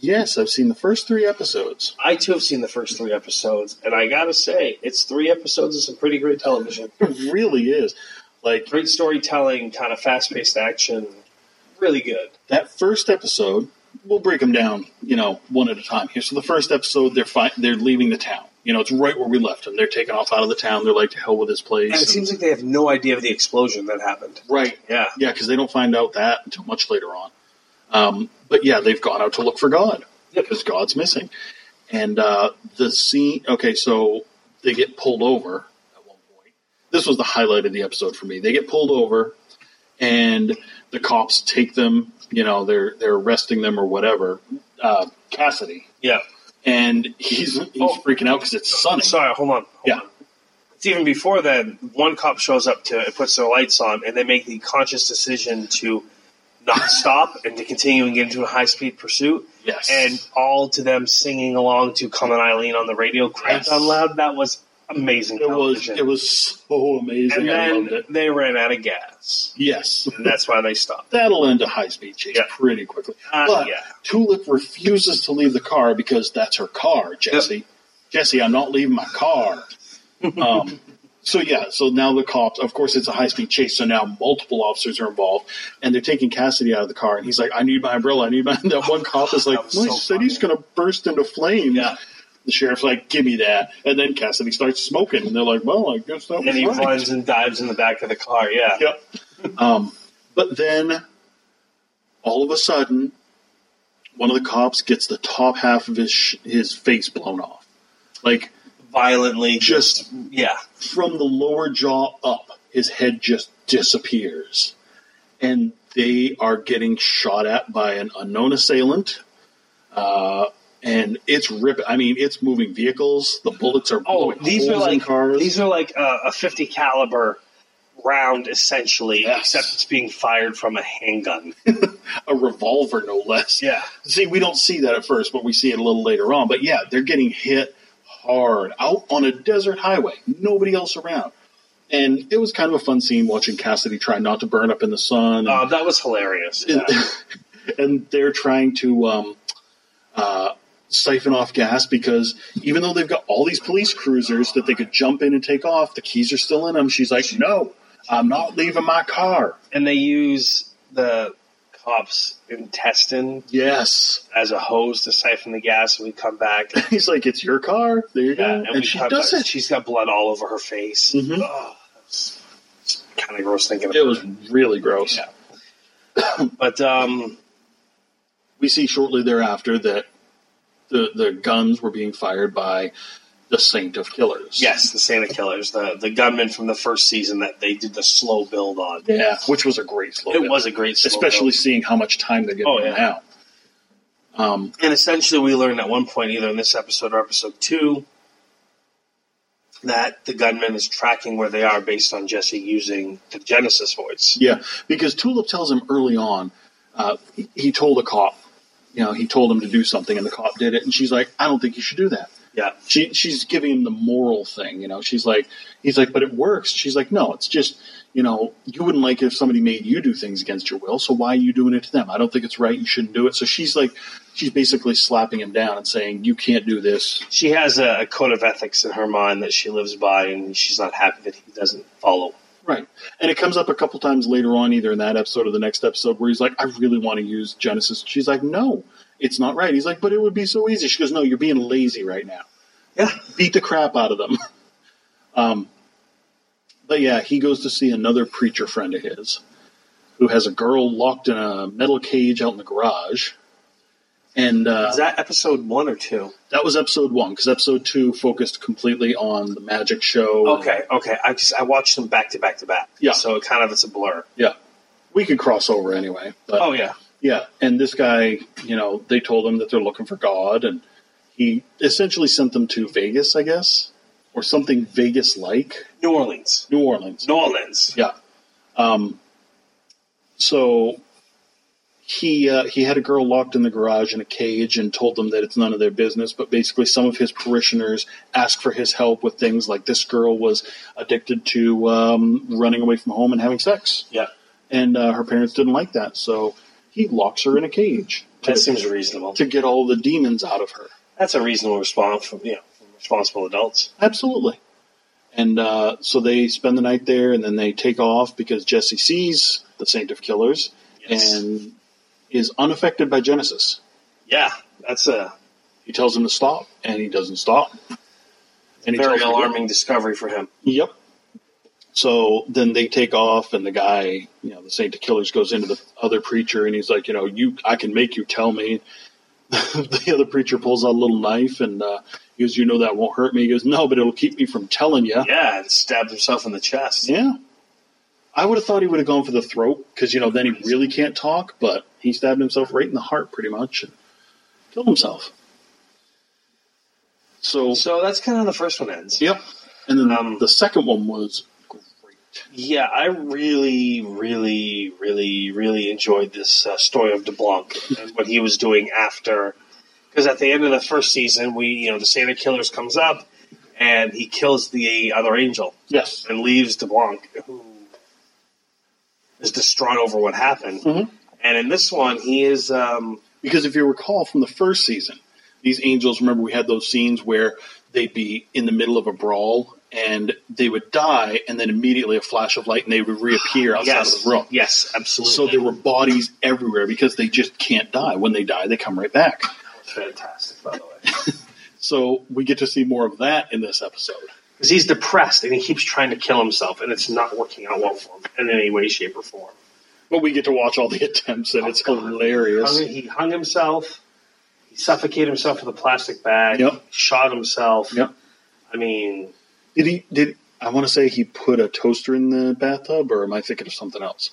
Yes, I've seen the first three episodes.
I too have seen the first three episodes, and I gotta say, it's three episodes of some pretty great television.
It really is. Like,
Great storytelling, kind of fast paced action. Really good.
that first episode, we'll break them down, you know, one at a time here. So the first episode, they're fi- they're leaving the town. You know, it's right where we left them. They're taking off out of the town. They're like, to hell with this place.
And it seems like they have no idea of the explosion that happened.
right.
Yeah.
Yeah, because they don't find out that until much later on. Um, but yeah, they've gone out to look for God
Yep.
because God's missing. And uh, the scene. Okay, so they get pulled over at one point. This was the highlight of the episode for me. They get pulled over, and the cops take them. You know, they're they're arresting them or whatever. Uh, Cassidy,
Yeah.
and he's he's
Oh.
freaking out because it's sunny.
Sorry, hold on. Hold
Yeah.
on. It's even before then, one cop shows up to and puts their lights on, and they make the conscious decision to not stop and to continue and get into a high speed pursuit.
Yes.
And all to them singing along to Come and Eileen on the radio, cranked
Yes.
on loud. That was amazing.
It was
television.
it was so amazing.
And
I loved
then
it.
they ran out of gas.
Yes.
And that's why they stopped.
that'll end a high speed chase
Yeah.
pretty quickly.
Uh,
but
yeah.
Tulip refuses to leave the car because that's her car, Jesse. Jesse, I'm not leaving my car. Um, so yeah, so now the cops. Of course, it's a high speed chase. So now multiple officers are involved, and they're taking Cassidy out of the car. And he's like, "I need my umbrella. I need my." That one cop is like,
that was
"My
so
city's
funny.
going to burst into flames."
Yeah.
The sheriff's like, "Give me that," and then Cassidy starts smoking, and they're like, "Well, I guess that was
And he
right."
runs and dives in the back of the car. Yeah.
Yep. Um, but then, all of a sudden, one of the cops gets the top half of his sh- his face blown off, like
Violently.
just
Yeah.
from the lower jaw up. His head just disappears, and they are getting shot at by an unknown assailant. Uh, and it's rip. I mean, it's moving vehicles. The bullets are
Oh,
blowing
these are
holes in
like
cars.
these are like uh, a, a fifty caliber round, essentially,
Yes.
except it's being fired from a handgun.
a revolver, no less. See, we don't see that at first, but we see it a little later on. But yeah, they're getting hit hard out on a desert highway, nobody else around. And it was kind of a fun scene watching Cassidy try not to burn up in the sun.
Uh, that was hilarious.
and,
Yeah.
and they're trying to um, uh, siphon off gas because even though they've got all these police cruisers that they could jump in and take off, the keys are still in them. She's like, no, I'm not leaving my car.
and they use the cop's intestine
Yes.
as a hose to siphon the gas, and we come back.
He's like, it's your car. There you
Yeah,
go.
and,
And,
we
she
come
does
back.
it.
She's got blood all over her face. Oh,
Mhm.
Kind of gross thinking about
It was really gross.
Yeah. But um,
We see shortly thereafter that the the guns were being fired by The Saint of Killers.
Yes, the Santa Killers, the the gunman from the first season that they did the slow build on.
Yeah, which was a great slow.
It
build.
was a great slow
especially
build.
seeing how much time they're getting
Oh, yeah.
now. Um,
And essentially, we learned at one point, either in this episode or episode two, that the gunman is tracking where they are based on Jesse using the Genesis voice.
yeah, because Tulip tells him early on, uh, he, he told a cop, you know, he told him to do something, and the cop did it, and she's like, I don't think you should do that.
Yeah,
She she's giving him the moral thing, you know. She's like, he's like, but it works. She's like, no, it's just, you know, you wouldn't like it if somebody made you do things against your will. So why are you doing it to them? I don't think it's right. You shouldn't do it. So she's like, she's basically slapping him down and saying, you can't do this.
she has a, a code of ethics in her mind that she lives by, and she's not happy that he doesn't follow.
Right. And it comes up a couple times later on, either in that episode or the next episode, where he's like, I really want to use Genesis. She's like, no, it's not right. He's like, but it would be so easy. She goes, no, you're being lazy right now.
Yeah,
Beat the crap out of them. um, but yeah, he goes to see another preacher friend of his who has a girl locked in a metal cage out in the garage. And uh,
is that episode one or two?
that was episode one, because episode two focused completely on the magic show.
Okay, okay. I just I watched them back to back to back.
Yeah.
So it kind of it's a blur.
Yeah. We could cross over anyway. But
Oh yeah.
Yeah, and this guy, you know, they told him that they're looking for God, and he essentially sent them to Vegas, I guess, or something Vegas like
New Orleans.
New Orleans.
New Orleans.
Yeah. Um, so he uh, he had a girl locked in the garage in a cage and told them that it's none of their business. But basically, some of his parishioners asked for his help with things like this girl was addicted to um, running away from home and having sex,
Yeah.
and uh, her parents didn't like that, so he locks her in a cage.
That seems reasonable.
to get all the demons out of her.
That's a reasonable response from you know from responsible adults.
Absolutely. And uh, so they spend the night there, and then they take off because Jesse sees the Saint of Killers
Yes.
and is unaffected by Genesis.
Yeah. That's a
He tells him to stop, and he doesn't stop. And he
very
tells him to go.
alarming discovery for him.
Yep. So then they take off, and the guy, you know, the Saint of Killers goes into the other preacher, and he's like, you know, you, I can make you tell me. the other preacher pulls out a little knife, and uh, he goes, "You know that won't hurt me." He goes, "No, but it'll keep me from telling you."
Yeah, and stabbed himself in the chest.
Yeah. I would have thought he would have gone for the throat because, you know, then he really can't talk, but he stabbed himself right in the heart pretty much and killed himself. So,
So that's kind of how the first one ends.
yep. And then
Um,
the second one was great.
Yeah, I really, really, really, really enjoyed this uh, story of DeBlanc and what he was doing after. Because at the end of the first season, we you know the Santa Killers comes up and he kills the other angel.
Yes.
and leaves DeBlanc, who is distraught over what happened.
Mhm.
And in this one, he is um,
Because if you recall from the first season, these angels, remember we had those scenes where they'd be in the middle of a brawl and they would die and then immediately a flash of light and they would reappear outside
yes,
of the room.
yes, absolutely.
So there were bodies everywhere because they just can't die. When they die, they come right back.
fantastic, by the way,
So we get to see more of that in this episode.
because he's depressed and he keeps trying to kill himself, and it's not working out well for him in any way, shape, or form.
But we get to watch all the attempts, and it's hilarious.
Hung, he hung himself. He suffocated himself with a plastic bag.
Yep.
Shot himself.
Yep.
I mean,
Did he? Did I want to say he put a toaster in the bathtub, or am I thinking of something else?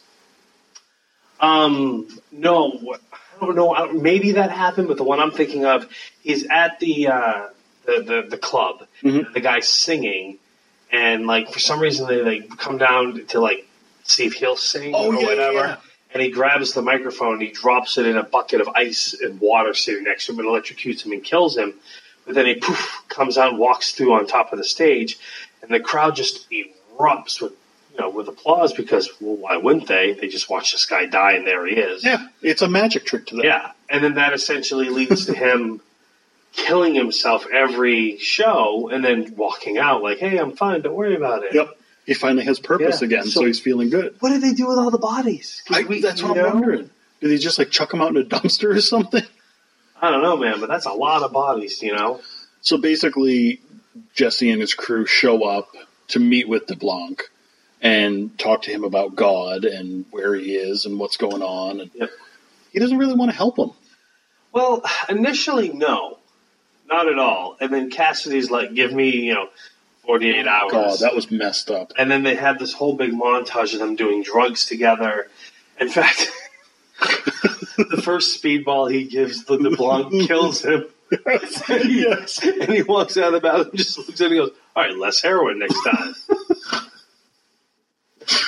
Um, no, I don't know. I- Maybe that happened, but the one I'm thinking of is at the uh, the, the the club.
Mhm.
The guy's singing, and like for some reason they like come down to like see if he'll sing
Oh,
or
yeah,
whatever.
yeah.
And he grabs the microphone and he drops it in a bucket of ice and water sitting next to him and electrocutes him and kills him. But then he poof comes out, and walks through on top of the stage, and the crowd just erupts with you know with applause because well, why wouldn't they? They just watch this guy die and there he is.
Yeah, it's a magic trick to them.
Yeah, and then that essentially leads to him killing himself every show and then walking out like, "Hey, I'm fine. Don't worry about it."
Yep. He finally has purpose
Yeah,
again, so,
so-
he's feeling good.
What did they do with all the bodies? 'Cause
I,
we-
that's
you
what I'm
know?
wondering. Did he just like chuck them out in a dumpster or something?
I don't know, man, but that's a lot of bodies, you know.
So basically, Jesse and his crew show up to meet with DeBlanc and talk to him about God and where he is and what's going on. And
Yep.
he doesn't really want to help them.
Well, initially, no. Not at all. And then Cassidy's like, give me, you know, 48 hours.
Oh, God, that was messed up.
and then they had this whole big montage of them doing drugs together. In fact, the first speedball he gives the LeBlanc kills him.
yes.
And he walks out of the bathroom, just looks at him and goes, All right, less heroin next time.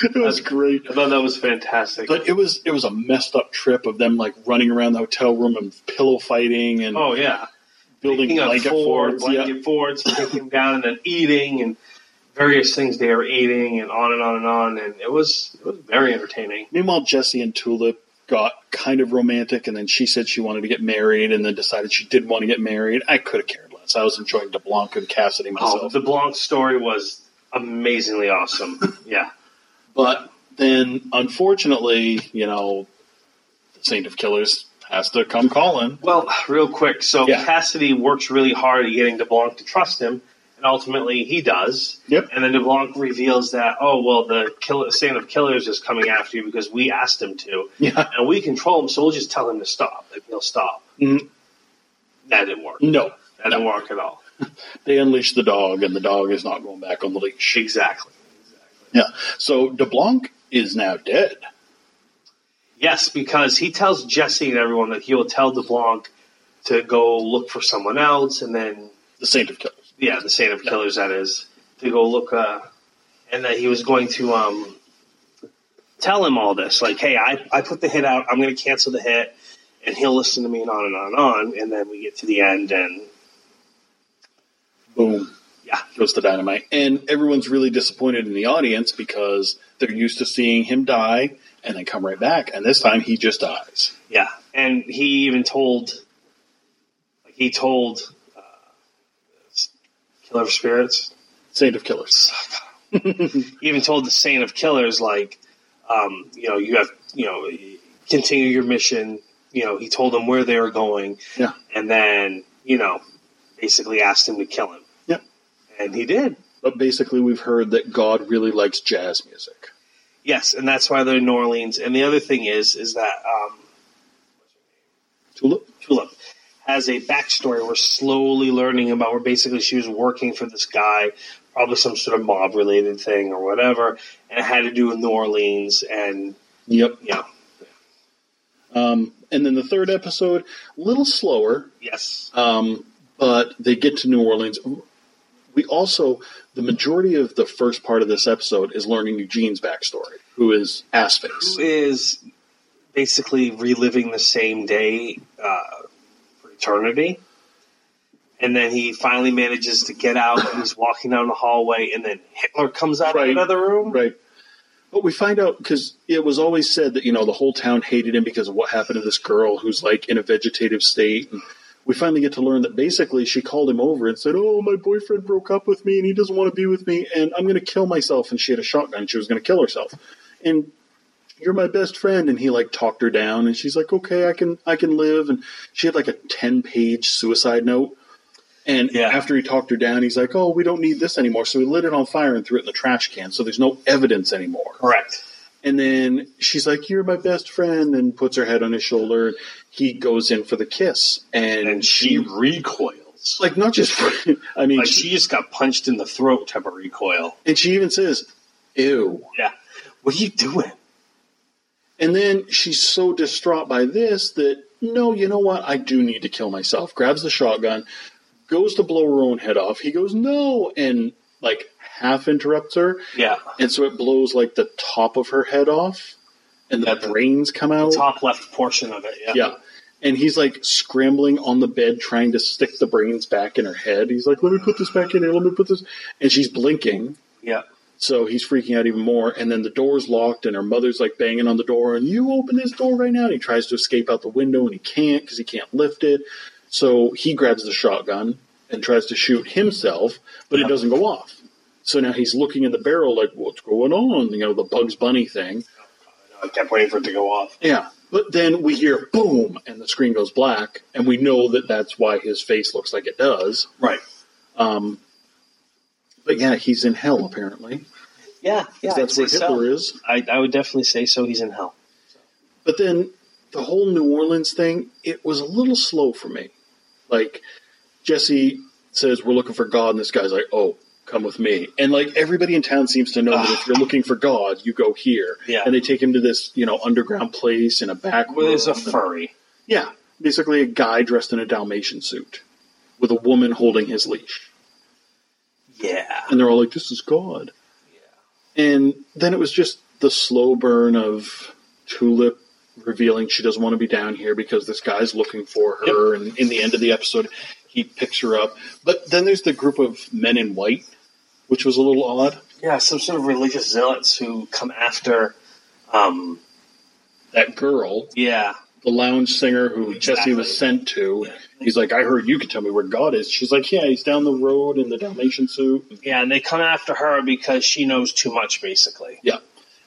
It was great.
I thought that was fantastic.
But it was it was a messed up trip of them like running around the hotel room and pillow fighting and
oh, yeah.
building
Picking up
blanket
four
forts.
blanket
Yeah.
forts, taking them down, and then eating, and various things they were eating, and on and on and on. And it was, it was very entertaining.
Meanwhile, Jesse and Tulip got kind of romantic, and then she said she wanted to get married, and then decided she did want to get married. I could have cared less. I was enjoying DeBlanc and Cassidy
Oh,
myself.
the Blanc story was amazingly awesome. yeah.
But then, unfortunately, you know, the Saint of Killers has to come calling.
Well, real quick. So
Yeah.
Cassidy works really hard at getting DeBlanc to trust him, and ultimately he does.
Yep.
And then DeBlanc reveals that, oh, well, the killer, Saint of Killers is coming after you because we asked him to.
Yeah.
And we control him, so we'll just tell him to stop, and he'll stop.
Mm.
That didn't work.
No,
That didn't work at all.
they unleash the dog, and the dog is not going back on the leash.
Exactly.
Yeah. So DeBlanc is now dead.
Yes, because he tells Jesse and everyone that he will tell DeBlanc to go look for someone else, and then
The Saint of Killers.
yeah, the Saint of Killers, that is, to go look, uh, and that he was going to um, tell him all this. Like, hey, I, I put the hit out, I'm going to cancel the hit, and he'll listen to me, and on and on and on. And then we get to the end, and
Boom.
yeah,
Goes the dynamite. And everyone's really disappointed in the audience because they're used to seeing him die and then come right back. And this time he just dies.
yeah. And he even told, like, he told uh, Killer of Spirits,
Saint of Killers.
he even told the Saint of Killers, like, um, you know, you have, you know, continue your mission. You know, he told them where they were going.
Yeah.
and then you know basically asked him to kill him
Yep.
and he did
But basically, we've heard that God really likes jazz music.
yes and that's why they're in new orleans and the other thing is is that um,
Tulip?
tulip has a backstory we're slowly learning about where basically she was working for this guy probably some sort of mob related thing or whatever and it had to do with new orleans and
Yep.
you know
Um, and then the third episode, a little slower,
yes
um, but they get to New Orleans. We also, the majority of the first part of this episode is learning Eugene's backstory, who is ass face.
who is basically reliving the same day uh, for eternity. And then he finally manages to get out. And he's walking down the hallway, and then Hitler comes out
Right.
of another room.
Right. But we find out because it was always said that, you know, the whole town hated him because of what happened to this girl who's like in a vegetative state. And we finally get to learn that basically she called him over and said, Oh, my boyfriend broke up with me and he doesn't want to be with me and I'm going to kill myself. And she had a shotgun and she was going to kill herself. And you're my best friend. And he like talked her down and she's like, Okay, I can, I can live. And she had like a 10 page suicide note. And
Yeah.
after he talked her down, he's like, "Oh, we don't need this anymore." So he lit it on fire and threw it in the trash can. So there's no evidence anymore.
Correct.
And then she's like, "You're my best friend," and puts her head on his shoulder. He goes in for the kiss, and,
And she recoils.
like not just. I mean,
Like
she,
she just got punched in the throat type of recoil.
and she even says, "Ew."
Yeah. What are you doing?
And then she's so distraught by this that no, you know what? I do need to kill myself. Grabs the shotgun, goes to blow her own head off. He goes, "No," and like half interrupts her.
Yeah.
and so it blows like the top of her head off, and the
Yeah, the-
brains come out.
Top left portion of it. Yeah.
Yeah, and he's like scrambling on the bed trying to stick the brains back in her head. He's like, "Let me put this back in here. Let me put this," and she's blinking.
Yeah.
So he's freaking out even more, and then the door's locked, and her mother's like banging on the door, and you open this door right now. And he tries to escape out the window, and he can't because he can't lift it. So he grabs the shotgun and tries to shoot himself, but
Yeah.
it doesn't go off. So now he's looking in the barrel, like, what's going on? You know, the Bugs Bunny thing.
I kept waiting for it to go off.
Yeah. But then we hear boom, and the screen goes black, and we know that that's why his face looks like it does.
Right.
Um, but yeah, he's in hell apparently. 'cause
Yeah. Yeah. I'd
that's where
say
Hitler
so.
is.
I, I would definitely say so. He's in hell.
But then the whole New Orleans thing, it was a little slow for me. Like Jesse says we're looking for God, and this guy's like, "Oh, come with me." And like everybody in town seems to know that if you're looking for God, you go here.
Yeah.
And they take him to this you know underground place in a back
Well, there's a
room.
furry.
Yeah, basically a guy dressed in a Dalmatian suit with a woman holding his leash,
Yeah.
and they're all like, "This is God." And then it was just the slow burn of Tulip revealing she doesn't want to be down here because this guy's looking for her. And in the end of the episode, he picks her up. But then there's the group of men in white, which was a little odd.
Yeah, some sort of religious zealots who come after. Um,
That girl,
yeah.
the lounge singer who Jesse was sent to, he's like, I heard you can tell me where God is. She's like, Yeah, he's down the road in the Dalmatian suit.
Yeah, and they come after her because she knows too much, basically.
Yeah.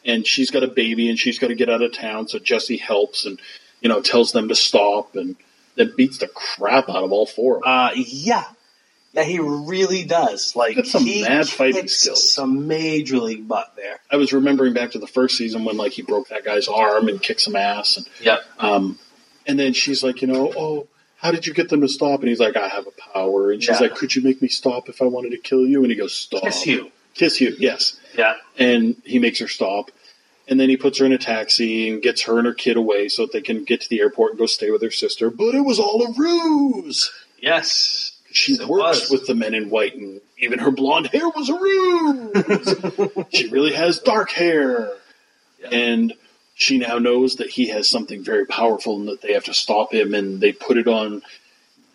And she's got a baby and she's got to get out of town. So Jesse helps and, you know, tells them to stop and then beats the crap out of all four of them.
Uh, yeah. Yeah, he really does. Like,
Got some
he
mad fighting
kicks
skills.
Some major league butt there.
I was remembering back to the first season when, like, he broke that guy's arm and kicked some ass. And,
Yep.
um, and then she's like, you know, oh, how did you get them to stop? And he's like, I have a power. And she's
Yeah.
like, could you make me stop if I wanted to kill you? And he goes, stop.
Kiss you.
Kiss you, yes.
Oh. Yeah.
and he makes her stop. And then he puts her in a taxi and gets her and her kid away so that they can get to the airport and go stay with her sister. But it was all a ruse.
Yes.
She
It
works
was.
with the men in white, and even her blonde hair was a ruse. she really has dark hair.
Yeah.
And she now knows that he has something very powerful and that they have to stop him. And they put it on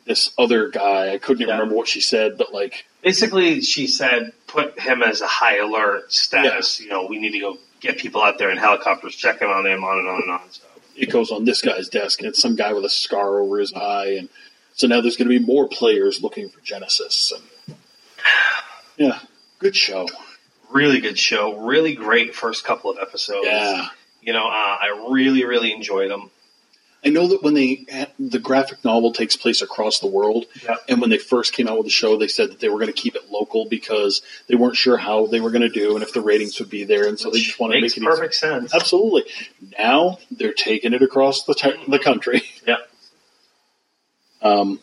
this other guy. I couldn't even
Yeah.
remember what she said, but like,
Basically, she said, put him as a high alert status. You know, we need to go get people out there in helicopters checking on him, on and on and on. So.
it goes on this guy's desk, and it's some guy with a scar over his eye, and so now there's going to be more players looking for Genesis. And yeah, good show.
Really good show. Really great first couple of episodes.
Yeah,
You know, uh, I really, really enjoyed them.
I know that when they the graphic novel takes place across the world,
Yeah.
and when they first came out with the show, they said that they were going to keep it local because they weren't sure how they were going to do and if the ratings would be there, and so they just wanted to
Makes
make it
perfect sense.
Easy. Absolutely. Now they're taking it across the te- the country.
Yeah.
Um,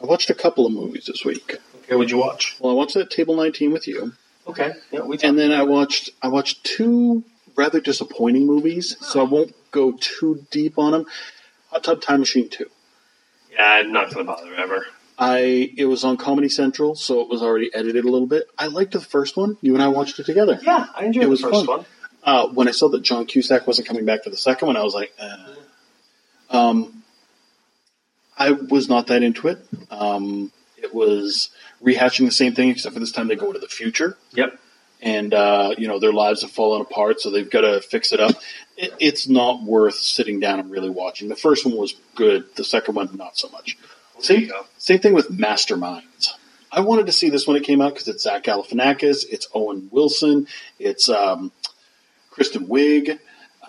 I watched a couple of movies this week.
Okay, what'd you watch?
Well, I watched that Table 19 with you,
Okay. Yeah, we
and then I watched I watched two rather disappointing movies, so I won't go too deep on them. Hot Tub Time Machine 2.
Yeah, I'm not going to bother ever.
I it was on Comedy Central, so it was already edited a little bit. I liked the first one. You and I watched it together.
Yeah, I enjoyed
It
the
was
first
fun.
one.
Uh, when I saw that John Cusack wasn't coming back for the second one, I was like, eh. um, I was not that into it. Um, it was rehashing the same thing, except for this time they go into the future,
Yep.
and uh, you know their lives have fallen apart, so they've got to fix it up. It, it's not worth sitting down and really watching. The first one was good. The second one, not so much.
There you
Same,
go.
same thing with Masterminds. I wanted to see this when it came out because it's Zach Galifianakis, it's Owen Wilson, it's um, Kristen Wiig,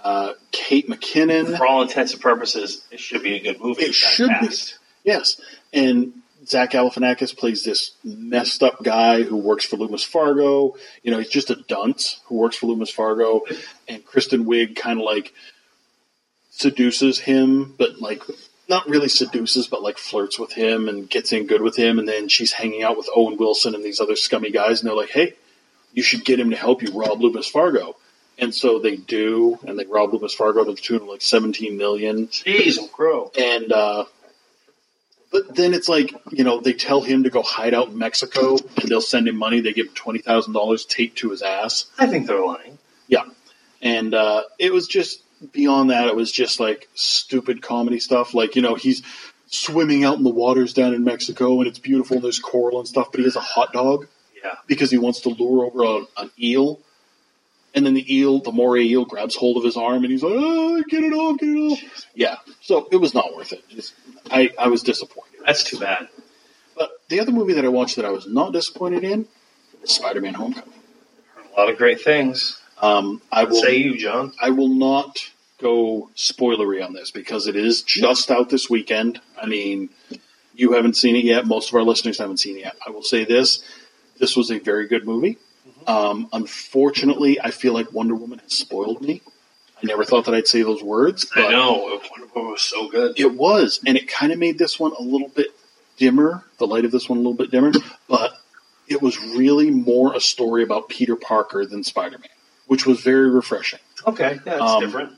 uh, Kate McKinnon.
For all intents and purposes, it should be a good movie.
It
That
should be.
fast.
Yes. And Zach Galifianakis plays this messed up guy who works for Loomis Fargo. You know, he's just a dunce who works for Loomis Fargo. And Kristen Wiig kind of like seduces him, but like not really seduces, but like flirts with him and gets in good with him. And then she's hanging out with Owen Wilson and these other scummy guys. And they're like, hey, you should get him to help you rob Loomis Fargo. And so they do, and they rob Loomis Fargo to the tune of like 17 million
Jeez, grow.
and uh, but then it's like you know they tell him to go hide out in Mexico, and they'll send him money. They give him twenty thousand dollars taped to his ass.
I think they're lying.
Yeah, and uh, it was just beyond that. It was just like stupid comedy stuff. Like you know he's swimming out in the waters down in Mexico, and it's beautiful. And there's coral and stuff, but he has a hot dog
Yeah.
because he wants to lure over a, an eel. And then the eel, the moray eel, grabs hold of his arm, and he's like, "Oh, get it off, get it off!" Yeah, so it was not worth it. Just, I, I was disappointed.
That's too bad.
But the other movie that I watched that I was not disappointed in, was Spider-Man: Homecoming.
A lot of great things.
Um, I will,
Say you, John.
I will not go spoilery on this because it is just out this weekend. I mean, you haven't seen it yet. Most of our listeners haven't seen it yet. I will say this: this was a very good movie. Um, unfortunately, I feel like Wonder Woman has spoiled me. I never thought that I'd say those words, but
I know. One of them was so good.
it was, and it kind of made this one a little bit dimmer. The light of this one a little bit dimmer, but it was really more a story about Peter Parker than Spider-Man, which was very refreshing.
Okay, yeah, it's
Um,
different.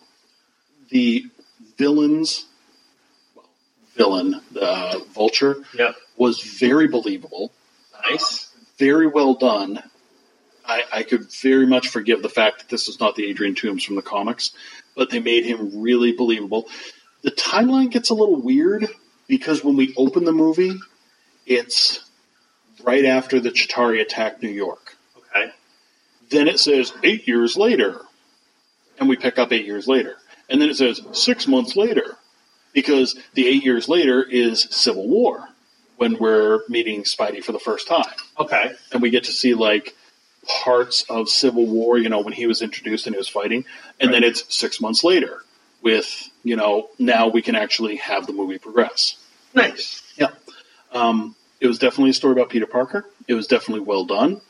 The villains, well, villain, uh, Vulture,
Yep.
was very believable,
Nice.
very well done. I, I could very much forgive the fact that this is not the Adrian Toombs from the comics, but they made him really believable. The timeline gets a little weird because when we open the movie, it's right after the Chitari attack New York.
Okay.
Then it says eight years later, and we pick up eight years later. And then it says six months later, because the eight years later is Civil War when we're meeting Spidey for the first time.
Okay.
And we get to see like parts of Civil War, you know, when he was introduced and he was fighting. And then it's six months later with, you know, now we can actually have the movie progress.
Nice.
Yeah. Um, it was definitely a story about Peter Parker. It was definitely well done.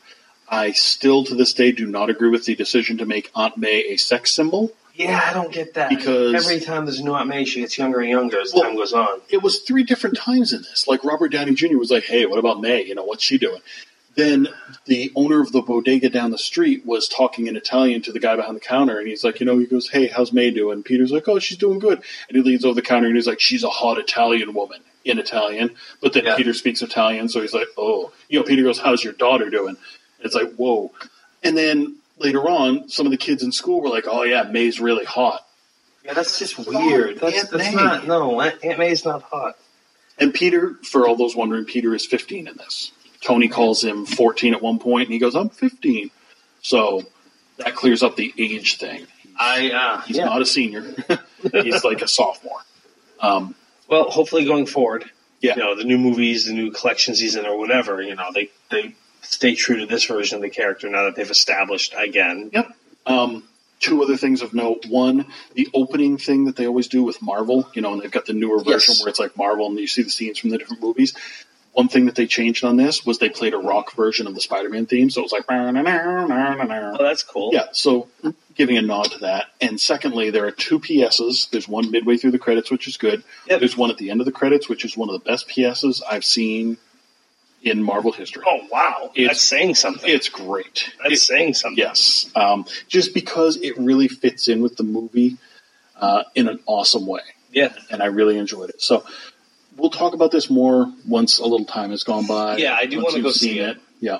I still, to this day, do not agree with the decision to make Aunt May a sex symbol.
Yeah, I don't get that.
Because-
every time there's a new Aunt May, she gets younger and younger as
Well-
time goes on.
It was three different times in this. Like Robert Downey Jr. was like, hey, what about May? You know, what's she doing? Then the owner of the bodega down the street was talking in Italian to the guy behind the counter, and he's like, you know, he goes, hey, how's May doing? Peter's like, oh, she's doing good. And he leans over the counter and he's like, she's a hot Italian woman in Italian. But then
Yeah.
Peter speaks Italian, so he's like, oh. You know, Peter goes, how's your daughter doing? And it's like, whoa. And then later on, some of the kids in school were like, oh, yeah, May's really hot.
Yeah, that's just weird. That's,
Aunt
that's
May.
not no. Aunt Aunt May's not hot.
And Peter, for all those wondering, Peter is 15 in this. Tony calls him 14 at one point, and he goes, I'm 15. So that clears up the age thing.
I uh,
He's
yeah.
not a senior, he's like a sophomore. Um,
Well, hopefully going forward,
Yeah.
you know, the new movies, the new collection season, or whatever, you know, they they stay true to this version of the character now that they've established again.
yep. Um, two other things of note. One, the opening thing that they always do with Marvel, you know, and they've got the newer version
Yes.
where it's like Marvel and you see the scenes from the different movies. One thing that they changed on this was they played a rock version of the Spider Man theme. So it was like.
Oh, that's cool.
Yeah, so giving a nod to that. And secondly, there are two PSs. There's one midway through the credits, which is good.
Yep.
There's one at the end of the credits, which is one of the best PSs I've seen in Marvel history.
Oh wow,
It's-
that's saying something.
It's great.
that's
It-
saying something.
yes, um, just because it really fits in with the movie uh, in an awesome way,
Yeah.
and I really enjoyed it. So we'll talk about this more once a little time has gone by.
Yeah, I do
once
wanna
you've
go see
seen
it.
Yeah,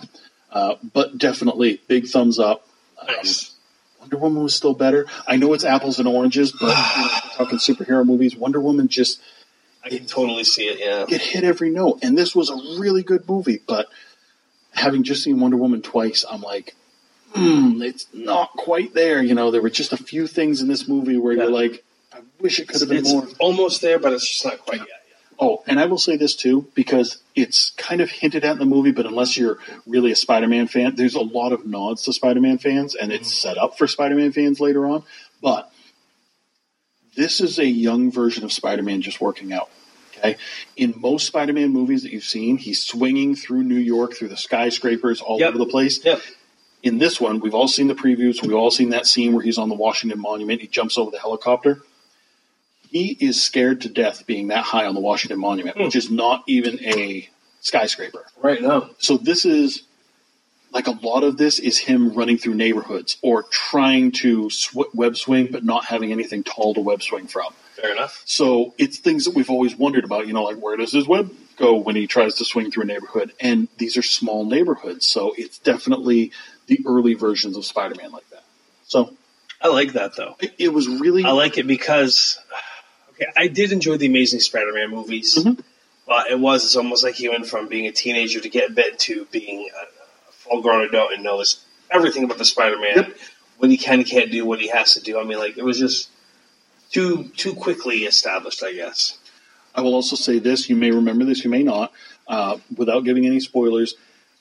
uh, but definitely big thumbs up.
Nice.
Wonder Woman was still better. I know it's apples and oranges, but you know, we're talking superhero movies, Wonder Woman just
I can totally see it. Yeah.
it hit every note. And this was a really good movie, but having just seen Wonder Woman twice, I'm like, hmm, it's not quite there. You know, there were just a few things in this movie where
Yeah.
you're like, I wish it
It's,
could have been more.
it's almost there, but it's just not quite yet.
Oh, and I will say this too, because it's kind of hinted at in the movie, but unless you're really a Spider Man fan, there's a lot of nods to Spider Man fans, and it's
Mm-hmm.
set up for Spider Man fans later on. But this is a young version of Spider Man just working out. Okay. In most Spider Man movies that you've seen, he's swinging through New York, through the skyscrapers, all
Yep.
over the place.
Yep.
In this one, we've all seen the previews. We've all seen that scene where he's on the Washington Monument. He jumps over the helicopter. He is scared to death being that high on the Washington Monument, which is not even a skyscraper.
Right now.
So this is like a lot of this is him running through neighborhoods or trying to sw- web swing, but not having anything tall to web swing from.
Fair enough.
So it's things that we've always wondered about, you know, like where does his web go when he tries to swing through a neighborhood? And these are small neighborhoods, so it's definitely the early versions of Spider-Man like that. So
I like that though.
it, it was really
I like it because okay, I did enjoy the Amazing Spider-Man movies, but it was it's almost like he went from being a teenager to get bit to being a full-grown adult and knows everything about the Spider-Man,
Yep.
what he can and can't do, what he has to do. I mean, like it was just too too quickly established, I guess.
I will also say this: you may remember this, you may not. Uh, without giving any spoilers,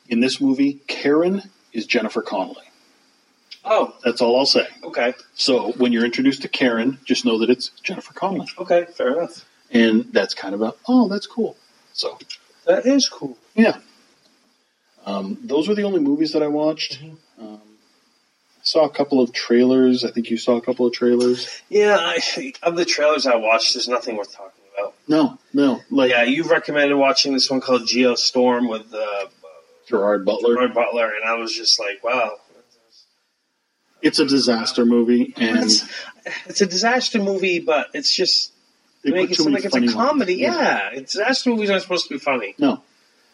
in this movie, Karen is Jennifer Connelly.
Oh,
That's all I'll say.
okay,
So when you're introduced to Karen, just know that it's Jennifer Connelly,
okay, fair enough.
and that's kind of a oh, that's cool. So
That is cool. Mm-hmm.
Yeah. Um, those were the only movies that I watched. Um, saw a couple of trailers. I think you saw a couple of trailers.
Yeah, I, of the trailers I watched, there's nothing worth talking about.
No, no,
But
like
yeah, you recommended watching this one called Geo Storm with uh,
Gerard Butler.
Gerard Butler, and I was just like, wow.
It's a disaster movie, and
That's, it's a disaster movie, but it's just they
they put
make it
too
seem
many
like it's
funny
a
ones.
comedy. Yeah. it's disaster movies aren't supposed to be funny.
No,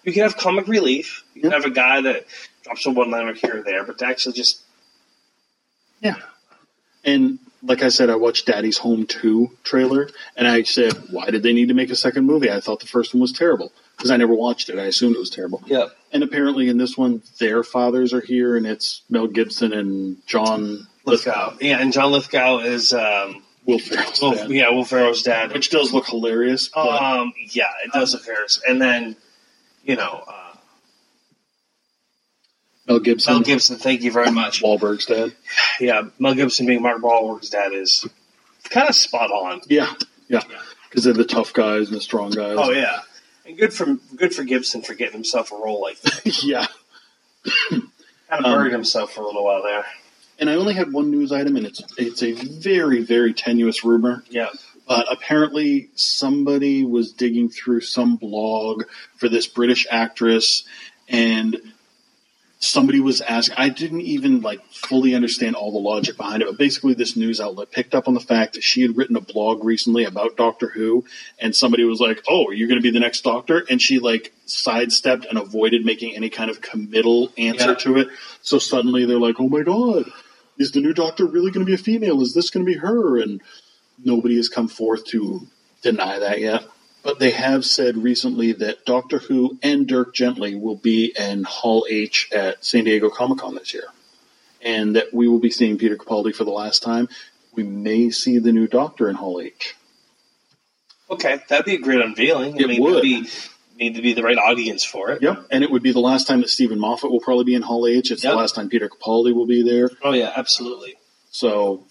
You can have comic relief. You can
Yeah.
have a guy that drops a one liner here or there, but to actually just
yeah. And like I said, I watched Daddy's Home Two trailer, and I said, why did they need to make a second movie? I thought the first one was terrible because I never watched it. I assumed it was terrible.
yeah,
And apparently, in this one, their fathers are here, and it's Mel Gibson and John
Lithgow. Yeah, and John Lithgow is um,
Will Ferrell's
Will,
dad, Uh,
yeah Will Ferrell's dad,
which does look hilarious. But
Um, yeah, it does appear. And then, you know, uh,
Mel Gibson,
Mel Gibson, thank you very much.
Wahlberg's dad.
Yeah, Mel Gibson being Mark Wahlberg's dad is kind of spot on.
Yeah, yeah, because they're the tough guys and the strong guys.
Oh yeah, and good for good for Gibson for getting himself a role like that.
yeah.
Kind
Um,
of buried himself for a little while there.
And I only had one news item, and it's it's a very very tenuous rumor,
Yeah,
but apparently somebody was digging through some blog for this British actress, and somebody was asking. I didn't even like fully understand all the logic behind it, but basically this news outlet picked up on the fact that she had written a blog recently about Doctor Who, and somebody was like, "Oh, you're going to be the next Doctor," and she like sidestepped and avoided making any kind of committal answer
Yeah.
to it. So suddenly they're like, "Oh my god." Is the new doctor really going to be a female? Is this going to be her? And nobody has come forth to deny that yet. But they have said recently that Doctor Who and Dirk Gently will be in Hall H at San Diego Comic Con this year. And that we will be seeing Peter Capaldi for the last time. We may see the new Doctor in Hall H.
okay, that'd be a great unveiling.
It
that'd
would.
be, need to be the right audience for it.
Yep. And it would be the last time that Stephen Moffat will probably be in Hall H. It's
Yep.
the last time Peter Capaldi will be there.
Oh yeah, absolutely.
So,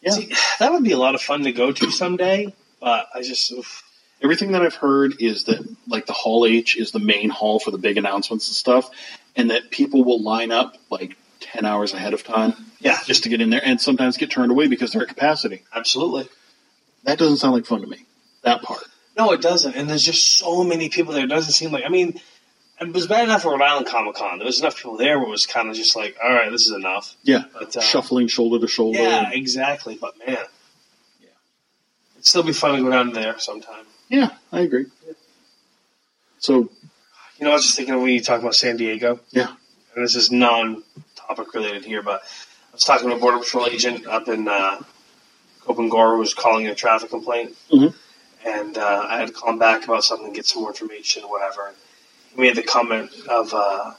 yeah.
See, that would be a lot of fun to go to someday. But I just oof.
everything that I've heard is that like the Hall H is the main hall for the big announcements and stuff, and that people will line up like ten hours ahead of time
yeah,
just to get in there, and sometimes get turned away because they're at capacity.
absolutely.
That doesn't sound like fun to me. That part.
No, it doesn't. And there's just so many people there. It doesn't seem like. I mean, it was bad enough at Rhode Island Comic Con. There was enough people there where it was kind of just like, all right, this is enough.
Yeah,
But, uh,
shuffling shoulder to shoulder.
Yeah,
and-
exactly. But man, yeah, it'd still be fun to go down there sometime.
yeah, I agree. So
You know, I was just thinking when you talk about San Diego,
yeah,
and this is non-topic related here, but I was talking to a border patrol agent up in uh, Copenhagen who was calling in a traffic complaint,
Mhm.
and uh, I had to call him back about something, get some more information, or whatever. He made the comment of, uh,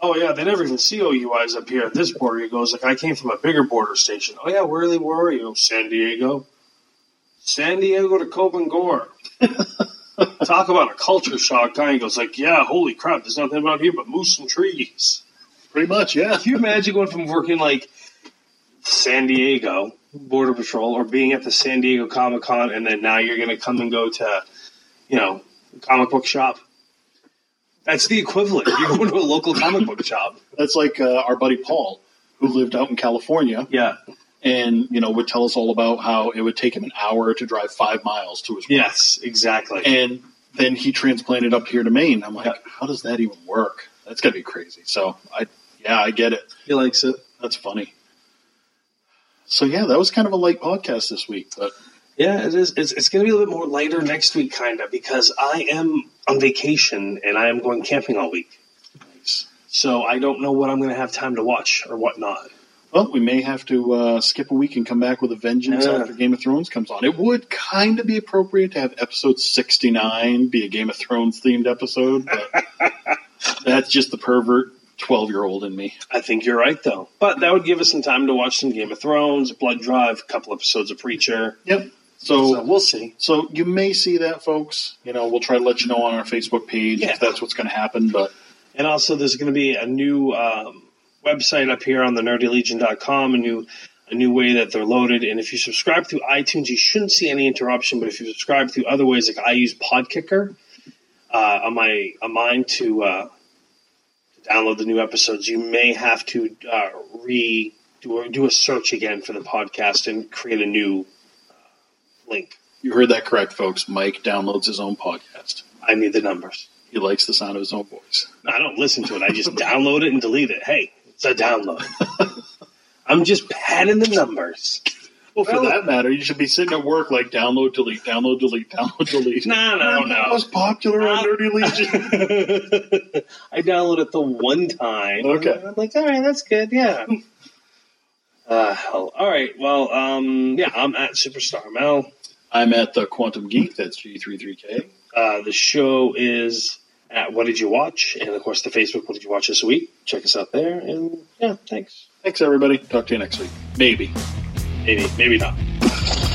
"Oh yeah, they never even see OUIs up here at this border." He goes, "Like I came from a bigger border station." Oh yeah, where really? Where are you? San Diego. San Diego to Copenhagen. Talk about a culture shock. Guy He goes like, "Yeah, holy crap! There's nothing about here but moose and trees."
pretty much yeah.
Can you imagine going from working like San Diego Border Patrol or being at the San Diego Comic Con and then now you're going to come and go to, you know, a comic book shop? That's the equivalent. You're going to a local comic book shop.
That's like uh, our buddy Paul, who lived out in California,
Yeah.
and you know would tell us all about how it would take him an hour to drive five miles to his work.
Yes, exactly.
and then he transplanted up here to Maine. I'm like,
Yeah.
how does that even work? That's gotta be crazy. So I, yeah, I get it.
he likes it.
That's funny. So yeah, that was kind of a light podcast this week, but
Yeah, it is. It's, it's going to be a little bit more lighter next week, kind of, because I am on vacation and I am going camping all week. So I don't know what I'm going to have time to watch or whatnot.
well, we may have to uh, skip a week and come back with a vengeance
Yeah.
after Game of Thrones comes on. It would kind of be appropriate to have episode 69 be a Game of Thrones themed episode, but that's just the pervert 12 year old in me.
I think you're right, though. But that would give us some time to watch some Game of Thrones, Blood Drive, a couple episodes of Preacher.
Yep.
So we'll see.
So you may see that, folks. You know, we'll try to let you know on our Facebook page
Yeah.
if that's what's going to happen. But
And also, there's going to be a new um, website up here on the nerdylegion.com, a new a new way that they're loaded. And if you subscribe through iTunes, you shouldn't see any interruption. But if you subscribe through other ways, like I use Podkicker uh, on my on mine to, uh, to download the new episodes, you may have to uh, re do a, do a search again for the podcast and create a new uh, link.
You heard that correct, folks. Mike downloads his own podcast.
I need the numbers.
He likes the sound of his own voice.
I don't listen to it. I just download it and delete it. Hey, it's a download. I'm just padding the numbers.
Well, for that matter, you should be sitting at work like download, delete, download, delete, download, delete.
No, no,
Remember
no.
Most popular on
Uh,
Nerdy Legion.
I downloaded it the one time.
Okay.
And I'm like, all right, that's good. Yeah. Uh, hell. All right. Well, um, yeah, I'm at Superstar Mel.
I'm at the Quantum Geek. That's G33K.
Uh, the show is at What Did You Watch? And of course, the Facebook, What Did You Watch This Week? Check us out there. And yeah, thanks.
Thanks, everybody. Talk to you next week. Maybe.
Maybe, maybe not.